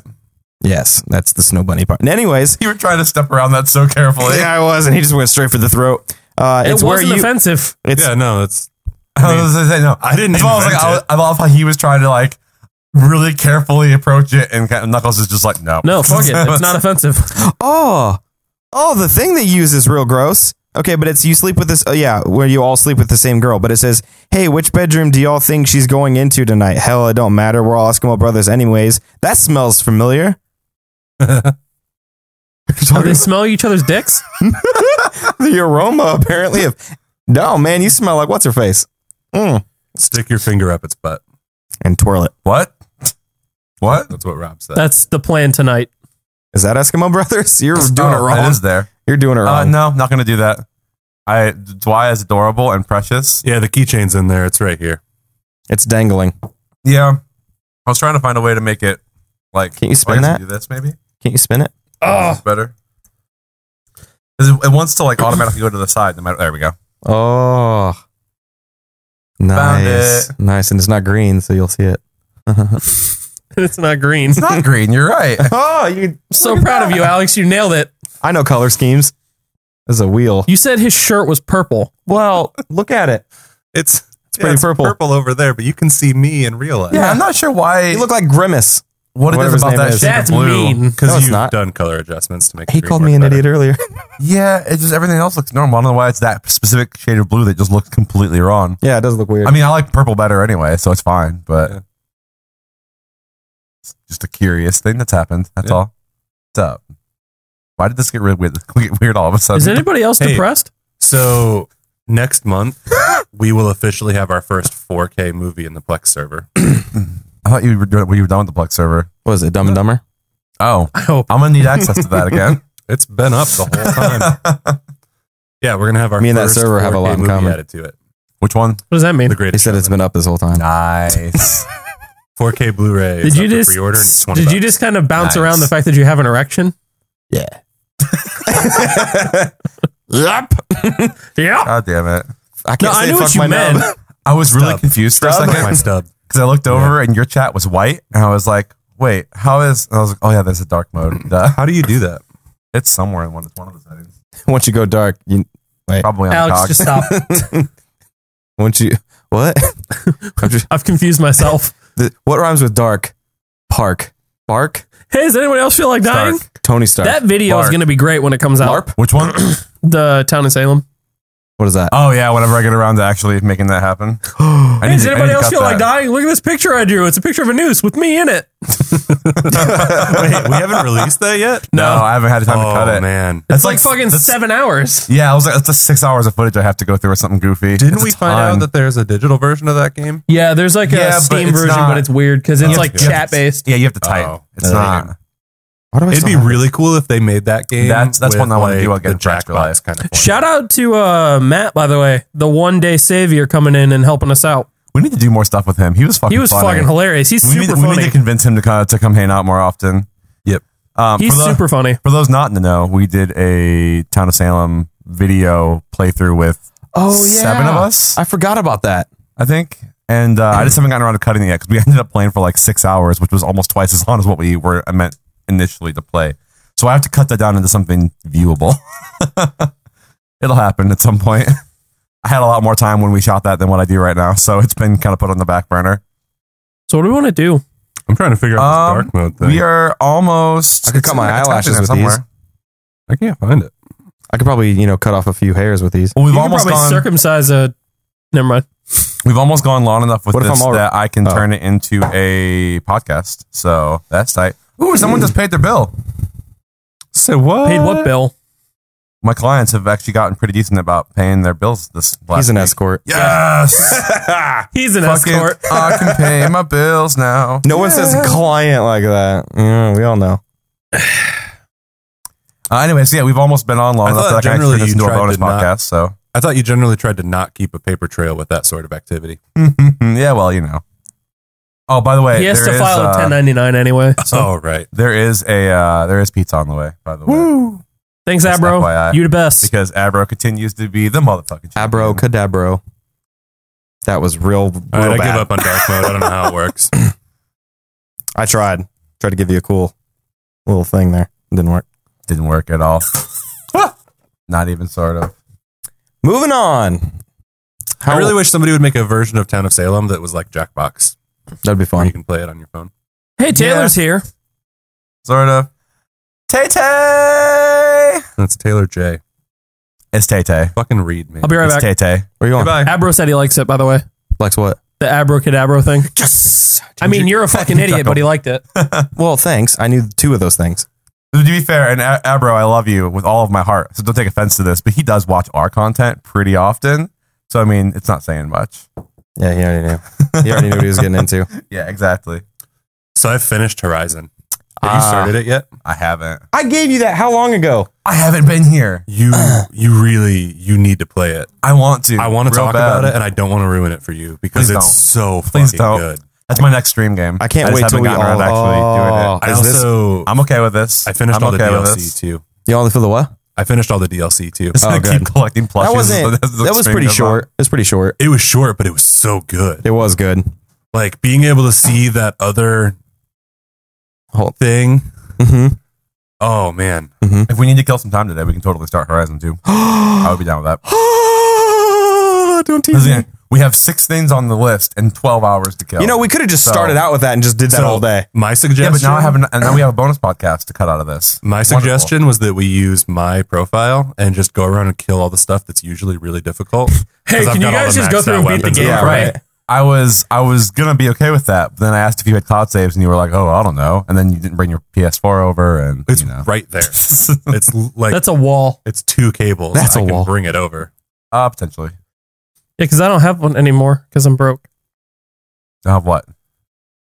[SPEAKER 2] Yes, that's the snow bunny part. And anyways,
[SPEAKER 1] You were trying to step around that so carefully.
[SPEAKER 2] yeah, I was, and he just went straight for the throat. Uh,
[SPEAKER 3] it
[SPEAKER 2] it's where
[SPEAKER 3] wasn't
[SPEAKER 2] you.
[SPEAKER 3] offensive.
[SPEAKER 2] It's
[SPEAKER 4] Yeah, no, it's
[SPEAKER 1] I was gonna say, no,
[SPEAKER 4] I didn't
[SPEAKER 1] That's why I was like,
[SPEAKER 4] invent
[SPEAKER 1] I,
[SPEAKER 4] it.
[SPEAKER 1] was- I love how he was trying to like really carefully approach it, and kind of- Knuckles is just like, no,
[SPEAKER 3] No, fuck it. It's not offensive.
[SPEAKER 2] oh, oh, the thing they use is real gross. Okay, but it's you sleep with this. Oh yeah, where you all sleep with the same girl. But it says, hey, which bedroom do y'all think she's going into tonight? Hell, it don't matter. We're all Eskimo brothers, anyways. That smells familiar.
[SPEAKER 3] Do they smell each other's dicks?
[SPEAKER 2] the aroma apparently of. No man, you smell like what's her face. Mm.
[SPEAKER 4] stick your finger up its butt.
[SPEAKER 2] And twirl it.
[SPEAKER 1] what? What?
[SPEAKER 4] That's what Rob said.
[SPEAKER 3] That's the plan tonight.
[SPEAKER 2] Is that Eskimo brothers? You're doing it
[SPEAKER 1] Oh,
[SPEAKER 2] wrong.
[SPEAKER 1] It is there.
[SPEAKER 2] You're doing it
[SPEAKER 1] Uh,
[SPEAKER 2] wrong.
[SPEAKER 1] no, not gonna do that. I Dwight is adorable and precious.
[SPEAKER 4] yeah, the keychain's in there. It's right here.
[SPEAKER 2] It's dangling.
[SPEAKER 1] Yeah, I was trying to find a way to make it like.
[SPEAKER 2] Can you spin
[SPEAKER 1] I guess
[SPEAKER 2] that?
[SPEAKER 1] Do this maybe? Ah.
[SPEAKER 2] Can't you spin it?
[SPEAKER 1] Is this better. 'Cause It, it wants to like automatically go to the side. No matter. There we go.
[SPEAKER 2] Oh.
[SPEAKER 1] Found
[SPEAKER 2] Nice. Nice. And it's not green, so you'll see it.
[SPEAKER 3] it's not green.
[SPEAKER 1] It's not green. You're right.
[SPEAKER 2] Oh, you.
[SPEAKER 3] so proud of you, Alex. You nailed it.
[SPEAKER 2] I know color schemes. This is a wheel.
[SPEAKER 3] You said his shirt was purple.
[SPEAKER 2] Well, look at it.
[SPEAKER 4] It's it's
[SPEAKER 2] pretty purple.
[SPEAKER 4] purple over there, but you can see me in real life.
[SPEAKER 1] Yeah, I'm not sure why.
[SPEAKER 2] You look like Grimace.
[SPEAKER 1] what it
[SPEAKER 2] whatever
[SPEAKER 1] is
[SPEAKER 2] his
[SPEAKER 1] about
[SPEAKER 2] name
[SPEAKER 1] that
[SPEAKER 2] is.
[SPEAKER 1] shade of
[SPEAKER 3] That's
[SPEAKER 1] blue.
[SPEAKER 3] mean.
[SPEAKER 4] because
[SPEAKER 2] No, it's
[SPEAKER 4] you've
[SPEAKER 2] not.
[SPEAKER 4] done color adjustments to make.
[SPEAKER 2] He
[SPEAKER 4] the
[SPEAKER 2] called
[SPEAKER 4] dream
[SPEAKER 2] me an
[SPEAKER 4] work
[SPEAKER 2] idiot earlier.
[SPEAKER 1] Yeah, it's just everything else looks normal. I don't know why it's that specific shade of blue that just looks completely wrong.
[SPEAKER 2] yeah, it does look weird.
[SPEAKER 1] I mean, I like purple better anyway, so it's fine. But
[SPEAKER 4] Yeah.
[SPEAKER 1] it's just a curious thing that's happened. That's
[SPEAKER 4] Yeah.
[SPEAKER 1] all. What's up? Why did this get weird? Get weird all of a sudden.
[SPEAKER 3] Is anybody else
[SPEAKER 4] Hey.
[SPEAKER 3] depressed?
[SPEAKER 4] So next month we will officially have our first 4K movie in the Plex server.
[SPEAKER 1] I thought you were doing. You were done with the Plex server.
[SPEAKER 2] what is it, Dumb and Dumber?
[SPEAKER 1] Oh,
[SPEAKER 3] I hope.
[SPEAKER 1] I'm gonna need access to that again.
[SPEAKER 4] It's been up the whole time. yeah, we're gonna have our
[SPEAKER 2] Me and that
[SPEAKER 4] first
[SPEAKER 2] server have a
[SPEAKER 4] 4K
[SPEAKER 2] lot in
[SPEAKER 4] movie
[SPEAKER 2] common.
[SPEAKER 4] added to it.
[SPEAKER 1] Which one?
[SPEAKER 3] What does that mean?
[SPEAKER 4] The
[SPEAKER 2] He
[SPEAKER 4] greatest.
[SPEAKER 2] said it's been up this whole time.
[SPEAKER 1] Nice.
[SPEAKER 4] 4K Blu-ray.
[SPEAKER 3] Did
[SPEAKER 4] is
[SPEAKER 3] you
[SPEAKER 4] up for
[SPEAKER 3] just
[SPEAKER 4] pre-order? And it's 20
[SPEAKER 3] did you
[SPEAKER 4] bucks.
[SPEAKER 3] just kind of
[SPEAKER 1] Nice.
[SPEAKER 3] bounce around the fact that you have an erection?
[SPEAKER 2] Yeah. yep.
[SPEAKER 3] Yeah.
[SPEAKER 1] God damn it!
[SPEAKER 2] I can't
[SPEAKER 3] No,
[SPEAKER 2] say
[SPEAKER 3] I knew
[SPEAKER 2] fuck
[SPEAKER 3] what you
[SPEAKER 2] my
[SPEAKER 3] meant.
[SPEAKER 2] nub.
[SPEAKER 1] I was really
[SPEAKER 4] Stub.
[SPEAKER 1] confused for a
[SPEAKER 4] Stub.
[SPEAKER 1] second.
[SPEAKER 4] My stub.
[SPEAKER 1] because I looked over and your chat was white, and I was like, "Wait, how is?" And I was like, "Oh yeah, there's a dark mode. Duh.
[SPEAKER 4] How do you do that?
[SPEAKER 1] It's somewhere in one of, one of the settings,
[SPEAKER 2] Once you go dark, you
[SPEAKER 1] probably on
[SPEAKER 3] Alex,
[SPEAKER 1] GOG."
[SPEAKER 3] just stop.
[SPEAKER 2] once you what? I'm just-
[SPEAKER 3] I've confused myself.
[SPEAKER 2] the- what rhymes with dark? Park. Bark?
[SPEAKER 3] Hey, does anyone else feel like dying?
[SPEAKER 2] Tony Stark.
[SPEAKER 3] That video is
[SPEAKER 2] Bark.
[SPEAKER 3] going to be great when it comes out.
[SPEAKER 2] LARP?
[SPEAKER 1] Which one?
[SPEAKER 3] The town in Salem.
[SPEAKER 2] What is that?
[SPEAKER 1] oh yeah, whenever I get around to actually making that happen. I
[SPEAKER 3] Hey,
[SPEAKER 1] need
[SPEAKER 3] does
[SPEAKER 1] to- I
[SPEAKER 3] anybody
[SPEAKER 1] need to
[SPEAKER 3] else
[SPEAKER 1] cut
[SPEAKER 3] feel like
[SPEAKER 1] that.
[SPEAKER 3] dying? Look at this picture I drew. It's a picture of a noose with me in it.
[SPEAKER 4] Wait, we haven't released that yet.
[SPEAKER 1] No, I haven't had time
[SPEAKER 4] oh
[SPEAKER 1] to cut it.
[SPEAKER 4] man,
[SPEAKER 1] That's
[SPEAKER 3] It's like, fucking
[SPEAKER 1] that's-
[SPEAKER 3] seven hours.
[SPEAKER 1] Yeah, I was like, that's just six hours of footage I have to go through or something goofy.
[SPEAKER 4] didn't
[SPEAKER 1] It's a
[SPEAKER 4] we find
[SPEAKER 1] ton.
[SPEAKER 4] out that there's a digital version of that game?
[SPEAKER 3] Yeah, there's like
[SPEAKER 1] Yeah,
[SPEAKER 3] a
[SPEAKER 1] but
[SPEAKER 3] Steam
[SPEAKER 1] it's
[SPEAKER 3] version,
[SPEAKER 1] not-
[SPEAKER 3] but it's weird because it's
[SPEAKER 1] Yeah,
[SPEAKER 3] like
[SPEAKER 1] it's-
[SPEAKER 3] chat based.
[SPEAKER 1] Yeah, you have to type.
[SPEAKER 4] Oh.
[SPEAKER 1] it's
[SPEAKER 4] Yeah.
[SPEAKER 1] not.
[SPEAKER 2] Why do I
[SPEAKER 4] It'd
[SPEAKER 2] still
[SPEAKER 4] be
[SPEAKER 2] have it?
[SPEAKER 4] really cool if they made that game.
[SPEAKER 1] That's- that's
[SPEAKER 4] with,
[SPEAKER 1] one I wanna do
[SPEAKER 4] like,
[SPEAKER 1] again,
[SPEAKER 4] The
[SPEAKER 1] Practical Life.
[SPEAKER 4] Jackbox kind of.
[SPEAKER 3] Shout out to uh, Matt, by the way, the one day savior coming in and helping us out.
[SPEAKER 1] We need to do more stuff with him. He was fucking.
[SPEAKER 3] He was
[SPEAKER 1] funny.
[SPEAKER 3] fucking hilarious. He's
[SPEAKER 1] We
[SPEAKER 3] super
[SPEAKER 1] need, we need
[SPEAKER 3] funny.
[SPEAKER 1] to convince him to kind of to come hang out more often.
[SPEAKER 4] Yep.
[SPEAKER 1] Um,
[SPEAKER 3] He's
[SPEAKER 1] for the-
[SPEAKER 3] super funny.
[SPEAKER 1] For those not in the know, we did a Town of Salem video playthrough with
[SPEAKER 2] Oh yeah.
[SPEAKER 1] seven of us,
[SPEAKER 2] I forgot about that.
[SPEAKER 1] I think. And uh, I just haven't gotten around to cutting it yet because we ended up playing for like six hours, which was almost twice as long as what we were uh, meant initially to play. So I have to cut that down into something viewable. It'll happen at some point. I had a lot more time when we shot that than what I do right now, so it's been kind of put on the back burner.
[SPEAKER 3] So what do we want to do?
[SPEAKER 4] I'm trying to figure out
[SPEAKER 1] Um,
[SPEAKER 4] this dark mode thing.
[SPEAKER 1] We are almost.
[SPEAKER 2] I could cut my
[SPEAKER 1] it's in
[SPEAKER 2] eyelashes
[SPEAKER 1] there
[SPEAKER 2] with these.
[SPEAKER 4] I can't find it.
[SPEAKER 2] I could probably, you know, cut off a few hairs with these.
[SPEAKER 1] Well, we've
[SPEAKER 3] you can
[SPEAKER 1] almost
[SPEAKER 3] probably
[SPEAKER 1] gone.
[SPEAKER 3] circumcise a. Never mind.
[SPEAKER 1] We've almost gone long enough with
[SPEAKER 2] What if
[SPEAKER 1] this
[SPEAKER 2] I'm all-
[SPEAKER 1] that I can
[SPEAKER 2] Oh.
[SPEAKER 1] turn it into a podcast. So that's tight. Ooh, someone just paid their bill.
[SPEAKER 4] So what?
[SPEAKER 3] Paid what bill?
[SPEAKER 1] My clients have actually gotten pretty decent about paying their bills this last
[SPEAKER 2] He's an
[SPEAKER 1] week.
[SPEAKER 2] escort.
[SPEAKER 1] Yes,
[SPEAKER 3] He's an
[SPEAKER 1] Fucking-
[SPEAKER 3] escort.
[SPEAKER 1] I can pay my bills now.
[SPEAKER 2] No one says client like that. Yeah, we all know.
[SPEAKER 1] Uh, anyway, so yeah, we've almost been on long
[SPEAKER 4] I
[SPEAKER 1] enough
[SPEAKER 4] thought
[SPEAKER 1] that I can actually
[SPEAKER 4] generally
[SPEAKER 1] turn this
[SPEAKER 4] you
[SPEAKER 1] into a
[SPEAKER 4] tried
[SPEAKER 1] bonus
[SPEAKER 4] to not-
[SPEAKER 1] podcast. So
[SPEAKER 4] I thought you generally tried to not keep a paper trail with that sort of activity.
[SPEAKER 1] yeah, well, you know. Oh, by the way,
[SPEAKER 3] He has
[SPEAKER 1] there
[SPEAKER 3] to
[SPEAKER 1] is,
[SPEAKER 3] file a
[SPEAKER 1] uh,
[SPEAKER 3] 1099 anyway.
[SPEAKER 4] oh, right.
[SPEAKER 1] There is a uh, there is pizza on the way. By the way,
[SPEAKER 3] Thanks,
[SPEAKER 1] That's
[SPEAKER 3] Abro.
[SPEAKER 1] FYI.
[SPEAKER 3] You the best.
[SPEAKER 1] because Abro continues to be the motherfucking
[SPEAKER 2] Abro
[SPEAKER 1] champion.
[SPEAKER 2] cadabro. That was real, real
[SPEAKER 4] All right, I
[SPEAKER 2] bad.
[SPEAKER 4] give up on dark mode. I don't know how it works.
[SPEAKER 2] I tried. Tried to give you a cool little thing there. It didn't work.
[SPEAKER 1] didn't work at all. Not even sort of.
[SPEAKER 2] Moving on. How,
[SPEAKER 4] I really wish somebody would make a version of Town of Salem that was like Jackbox,
[SPEAKER 2] that'd be
[SPEAKER 4] where
[SPEAKER 2] fun.
[SPEAKER 4] you can play it on your phone.
[SPEAKER 3] Hey, Taylor's here.
[SPEAKER 1] Sort of. Tay Tay.
[SPEAKER 4] That's Taylor J.
[SPEAKER 1] It's Tay Tay.
[SPEAKER 4] Fucking read me.
[SPEAKER 3] I'll be right
[SPEAKER 1] It's
[SPEAKER 3] back.
[SPEAKER 1] Tay Tay.
[SPEAKER 2] Where you going?
[SPEAKER 4] Goodbye.
[SPEAKER 3] Abro said he likes it, by the way.
[SPEAKER 2] Flex what?
[SPEAKER 3] The Abro Cadabro thing.
[SPEAKER 2] Yes.
[SPEAKER 3] I mean, you're a fucking idiot, but he liked it.
[SPEAKER 2] Well, thanks. I knew two of those things.
[SPEAKER 1] To be fair, and A- Abro, I love you with all of my heart. So don't take offense to this, but he does watch our content pretty often. So I mean, it's not saying much.
[SPEAKER 2] Yeah, he already knew. He already knew what he was getting into.
[SPEAKER 1] Yeah, exactly.
[SPEAKER 4] So I finished Horizon. Have you
[SPEAKER 2] Ah.
[SPEAKER 4] started it yet?
[SPEAKER 1] I haven't.
[SPEAKER 2] I gave you that how long ago?
[SPEAKER 1] I haven't been here.
[SPEAKER 4] You you really you need to play it.
[SPEAKER 1] I want to.
[SPEAKER 4] I want to
[SPEAKER 1] Real
[SPEAKER 4] talk
[SPEAKER 1] bad.
[SPEAKER 4] about it, and I don't want to ruin it for you because
[SPEAKER 1] Please
[SPEAKER 4] it's so fucking
[SPEAKER 1] Please don't.
[SPEAKER 4] good.
[SPEAKER 1] That's my next stream game.
[SPEAKER 2] I can't
[SPEAKER 1] just
[SPEAKER 2] wait till
[SPEAKER 1] haven't
[SPEAKER 2] we
[SPEAKER 1] gotten around
[SPEAKER 2] all
[SPEAKER 1] to actually doing it.
[SPEAKER 2] oh,
[SPEAKER 4] I
[SPEAKER 2] is this-
[SPEAKER 4] also
[SPEAKER 1] I'm okay with this.
[SPEAKER 4] I finished
[SPEAKER 1] I'm
[SPEAKER 4] all the
[SPEAKER 1] okay with
[SPEAKER 4] DLC
[SPEAKER 1] this. Oh,
[SPEAKER 4] too.
[SPEAKER 2] You only feel the what?
[SPEAKER 4] I finished all the DLC too.
[SPEAKER 1] Just gonna keep collecting plushes.
[SPEAKER 2] That wasn't.
[SPEAKER 1] as the uh,
[SPEAKER 2] That was
[SPEAKER 1] stream
[SPEAKER 2] pretty
[SPEAKER 1] goes on.
[SPEAKER 2] short. It was pretty short.
[SPEAKER 4] It was short, but it was so good.
[SPEAKER 2] It was good.
[SPEAKER 4] Like being able to see that other
[SPEAKER 2] Hold-
[SPEAKER 4] thing.
[SPEAKER 2] Mm-hmm.
[SPEAKER 4] Oh man,
[SPEAKER 1] If we need to kill some time today, we can totally start Horizon 2. I would be down with that.
[SPEAKER 2] don't tease
[SPEAKER 1] 'Cause
[SPEAKER 2] me.
[SPEAKER 1] again, we have six things on the list and 12 hours to kill.
[SPEAKER 2] You know, we could have just
[SPEAKER 1] So-
[SPEAKER 2] started out with that and just did that
[SPEAKER 4] So,
[SPEAKER 2] all day.
[SPEAKER 4] My suggestion.
[SPEAKER 1] yeah, but now I have an, and now we have a bonus podcast to cut out of this.
[SPEAKER 4] My
[SPEAKER 1] Wonderful.
[SPEAKER 4] suggestion was that we use my profile and just go around and kill all the stuff that's usually really difficult.
[SPEAKER 3] Hey,
[SPEAKER 4] 'Cause I've
[SPEAKER 3] can you
[SPEAKER 4] got all
[SPEAKER 3] guys
[SPEAKER 4] the
[SPEAKER 3] just go
[SPEAKER 4] maxed
[SPEAKER 3] through
[SPEAKER 4] out
[SPEAKER 3] and beat the
[SPEAKER 4] weapons
[SPEAKER 3] game?
[SPEAKER 4] and all
[SPEAKER 2] right.
[SPEAKER 3] right.
[SPEAKER 1] I was I was gonna be okay with that, but then I asked if you had cloud saves, and you were like, "Oh, I don't know," and then you didn't bring your PS4 over, and
[SPEAKER 4] It's
[SPEAKER 1] you know.
[SPEAKER 4] right there. It's l- like
[SPEAKER 3] That's a wall.
[SPEAKER 4] it's two cables.
[SPEAKER 2] That's
[SPEAKER 4] I
[SPEAKER 2] a
[SPEAKER 4] can
[SPEAKER 2] wall.
[SPEAKER 4] Bring it over.
[SPEAKER 1] uh, potentially.
[SPEAKER 3] Yeah, because I don't have one anymore because I'm broke.
[SPEAKER 1] I have what?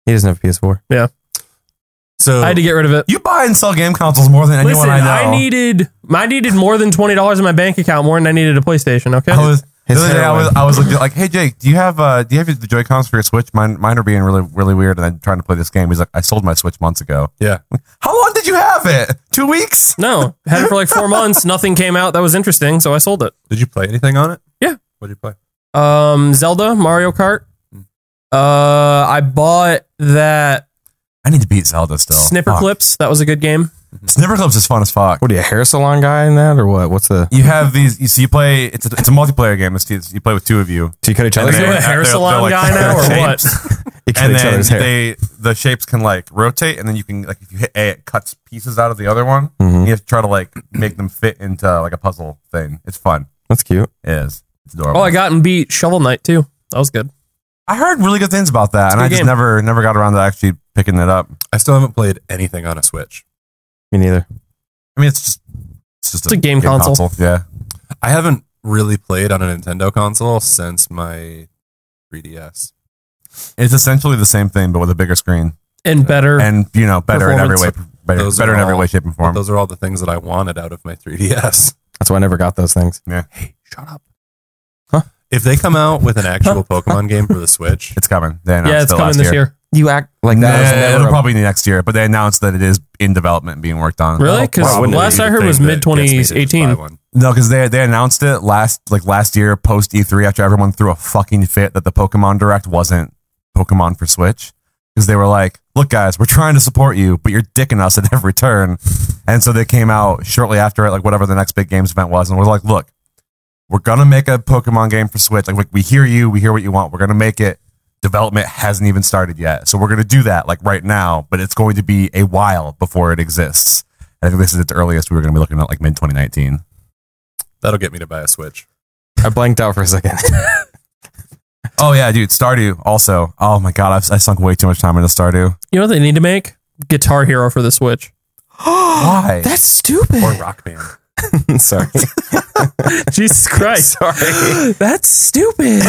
[SPEAKER 2] He doesn't have a PS4.
[SPEAKER 4] So
[SPEAKER 3] I had to get rid of it.
[SPEAKER 1] You buy and sell game consoles more than anyone
[SPEAKER 3] Listen,
[SPEAKER 1] I
[SPEAKER 3] I,
[SPEAKER 1] know.
[SPEAKER 3] needed I needed more than twenty dollars in my bank account, more than I needed a PlayStation. Okay,
[SPEAKER 1] I was the
[SPEAKER 2] His
[SPEAKER 1] other day I
[SPEAKER 2] heroin.
[SPEAKER 1] was I was looking, like, "Hey Jake, do you have uh do you have the Joy Cons for your Switch? Mine mine are being really really weird, and I'm trying to play this game." He's like, "I sold my Switch months ago."
[SPEAKER 4] yeah.
[SPEAKER 1] How long did you have it? Two weeks?
[SPEAKER 3] no, had it for like four months. Nothing came out that was interesting, so I sold it.
[SPEAKER 4] Did you play anything on it?
[SPEAKER 3] Yeah.
[SPEAKER 4] What did you play?
[SPEAKER 3] Um, Zelda, Mario Kart. Uh, I bought that
[SPEAKER 1] I need to beat Zelda still.
[SPEAKER 3] Snipper
[SPEAKER 1] Fuck.
[SPEAKER 3] Clips. That was a good game.
[SPEAKER 1] Snipper Clips is fun as fuck.
[SPEAKER 2] What are you, a hair salon guy in that or what? What's the?
[SPEAKER 1] You have these. You, so you play. It's a, it's a multiplayer game. It's, it's- you play with two of you,
[SPEAKER 2] Do you cut each
[SPEAKER 1] And
[SPEAKER 3] Are
[SPEAKER 2] other's
[SPEAKER 1] they-
[SPEAKER 3] you
[SPEAKER 2] hair?
[SPEAKER 3] a hair
[SPEAKER 1] they're-
[SPEAKER 3] salon
[SPEAKER 1] they're like
[SPEAKER 3] guy now or what?
[SPEAKER 2] You cut
[SPEAKER 1] and
[SPEAKER 2] each
[SPEAKER 1] then
[SPEAKER 2] other's hair.
[SPEAKER 1] they the shapes can like rotate, and then you can like if you hit A, it cuts pieces out of the other one.
[SPEAKER 2] Mm-hmm.
[SPEAKER 1] You have to try to like make them fit into like a puzzle thing. It's fun.
[SPEAKER 2] That's cute.
[SPEAKER 1] It is. It's adorable.
[SPEAKER 3] Oh, I got and beat Shovel Knight too. That was good.
[SPEAKER 1] I heard really good things about that,
[SPEAKER 3] a
[SPEAKER 1] and I
[SPEAKER 3] good
[SPEAKER 1] just
[SPEAKER 3] game.
[SPEAKER 1] never never got around to actually picking it up.
[SPEAKER 4] I still haven't played anything on a Switch.
[SPEAKER 2] Me neither.
[SPEAKER 1] I mean, it's just it's just
[SPEAKER 3] It's a game console.
[SPEAKER 1] Yeah,
[SPEAKER 4] I haven't really played on a Nintendo console since my 3DS.
[SPEAKER 1] it's essentially the same thing, but with a bigger screen.
[SPEAKER 3] And better.
[SPEAKER 1] and you know better in every way better,
[SPEAKER 4] Those
[SPEAKER 1] better
[SPEAKER 4] are
[SPEAKER 1] in every
[SPEAKER 4] all-
[SPEAKER 1] way shape and
[SPEAKER 4] But
[SPEAKER 1] form
[SPEAKER 4] those are all the things that I wanted out of my 3DS.
[SPEAKER 2] That's why I never got those things.
[SPEAKER 4] Shut up. If they come out with an actual Pokemon game for the Switch,
[SPEAKER 1] it's coming they announced
[SPEAKER 3] yeah, it's
[SPEAKER 1] it
[SPEAKER 3] coming
[SPEAKER 1] last
[SPEAKER 3] this year.
[SPEAKER 2] You act like
[SPEAKER 1] Nah,
[SPEAKER 2] that.
[SPEAKER 1] it'll probably be next year but they announced that it is in development and being worked on
[SPEAKER 3] Really? Because
[SPEAKER 4] probably
[SPEAKER 3] last I
[SPEAKER 4] the
[SPEAKER 3] heard
[SPEAKER 4] thing
[SPEAKER 3] was
[SPEAKER 4] that
[SPEAKER 3] mid
[SPEAKER 4] gets me to just buy
[SPEAKER 3] 2018.
[SPEAKER 4] one.
[SPEAKER 1] no because they, they announced it last like last year post e3 after everyone threw a fucking fit that the pokemon direct wasn't pokemon for switch because they were like look guys we're trying to support you but you're dicking us at every turn and so they came out shortly after it like whatever the next big games event was and was like look we're gonna make a Pokemon game for Switch. Like we, we hear you, we hear what you want. We're gonna make it. Development hasn't even started yet, so we're gonna do that like right now. But it's going to be a while before it exists. And I think this is at the earliest we were gonna be looking at like mid 2019.
[SPEAKER 4] That'll get me to buy a Switch.
[SPEAKER 2] I blanked out for a second.
[SPEAKER 1] Oh yeah, dude, Stardew also. Oh my god, I've, I sunk way too much time into Stardew.
[SPEAKER 3] You know what they need to make? Guitar Hero for the Switch.
[SPEAKER 1] Why?
[SPEAKER 2] stupid.
[SPEAKER 4] Or Rock Band.
[SPEAKER 2] Sorry.
[SPEAKER 3] Jesus Christ.
[SPEAKER 2] Sorry.
[SPEAKER 3] That's stupid.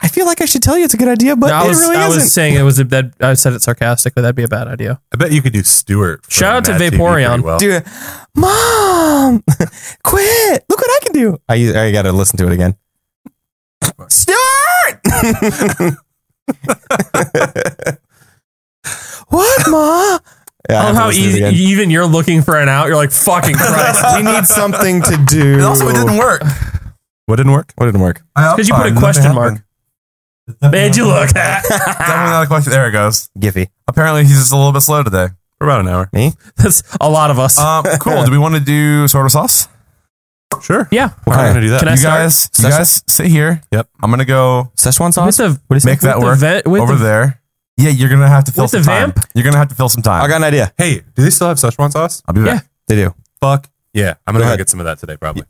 [SPEAKER 2] I feel like I should tell you it's a good idea, but
[SPEAKER 3] I
[SPEAKER 2] it
[SPEAKER 3] was,
[SPEAKER 2] really
[SPEAKER 3] I was
[SPEAKER 2] isn't.
[SPEAKER 3] saying it was a bad, I said it sarcastically. That'd be a bad idea.
[SPEAKER 4] I bet you could do Stewart. from
[SPEAKER 3] Shout out to
[SPEAKER 4] Mad TV
[SPEAKER 3] Vaporeon.
[SPEAKER 4] pretty well.
[SPEAKER 2] Dude, mom, quit. Look what I can do. I, I got to listen to it again. Start. what, ma? Yeah, I have
[SPEAKER 3] I love
[SPEAKER 2] to
[SPEAKER 3] how
[SPEAKER 2] listen to it
[SPEAKER 3] easy,
[SPEAKER 2] again.
[SPEAKER 3] even you're looking for an out. You're like, fucking Christ.
[SPEAKER 2] we need something to do.
[SPEAKER 1] And also, it didn't work.
[SPEAKER 4] What didn't work?
[SPEAKER 2] What didn't work?
[SPEAKER 1] Because
[SPEAKER 3] you put a question mark. Made you look.
[SPEAKER 1] Definitely not a question. There it goes.
[SPEAKER 2] Giphy.
[SPEAKER 1] Apparently, he's just a little bit slow today.
[SPEAKER 4] For about an hour.
[SPEAKER 3] That's a lot of us.
[SPEAKER 1] Um, cool. do we want to do sort of sauce?
[SPEAKER 4] Sure.
[SPEAKER 3] yeah.
[SPEAKER 4] We're
[SPEAKER 2] Okay.
[SPEAKER 4] going to do that.
[SPEAKER 3] Can I
[SPEAKER 1] you
[SPEAKER 3] start?
[SPEAKER 1] guys, you
[SPEAKER 2] Session?
[SPEAKER 1] guys sit here.
[SPEAKER 4] Yep.
[SPEAKER 1] I'm gonna go
[SPEAKER 2] Szechuan
[SPEAKER 3] With
[SPEAKER 2] sauce.
[SPEAKER 3] the,
[SPEAKER 2] What is
[SPEAKER 1] make that
[SPEAKER 3] with the
[SPEAKER 1] work
[SPEAKER 3] vet- with
[SPEAKER 1] over
[SPEAKER 3] the-
[SPEAKER 1] there. Yeah, you're gonna have to fill
[SPEAKER 3] With
[SPEAKER 1] some
[SPEAKER 3] the
[SPEAKER 1] time.
[SPEAKER 3] vamp?
[SPEAKER 1] You're gonna have to fill some time.
[SPEAKER 2] I got an idea.
[SPEAKER 4] hey, do they still have Szechuan sauce?
[SPEAKER 1] I'll be back.
[SPEAKER 2] They do.
[SPEAKER 4] Fuck. Yeah. I'm
[SPEAKER 2] Go
[SPEAKER 4] going to go
[SPEAKER 2] ahead.
[SPEAKER 4] get some of that today, probably.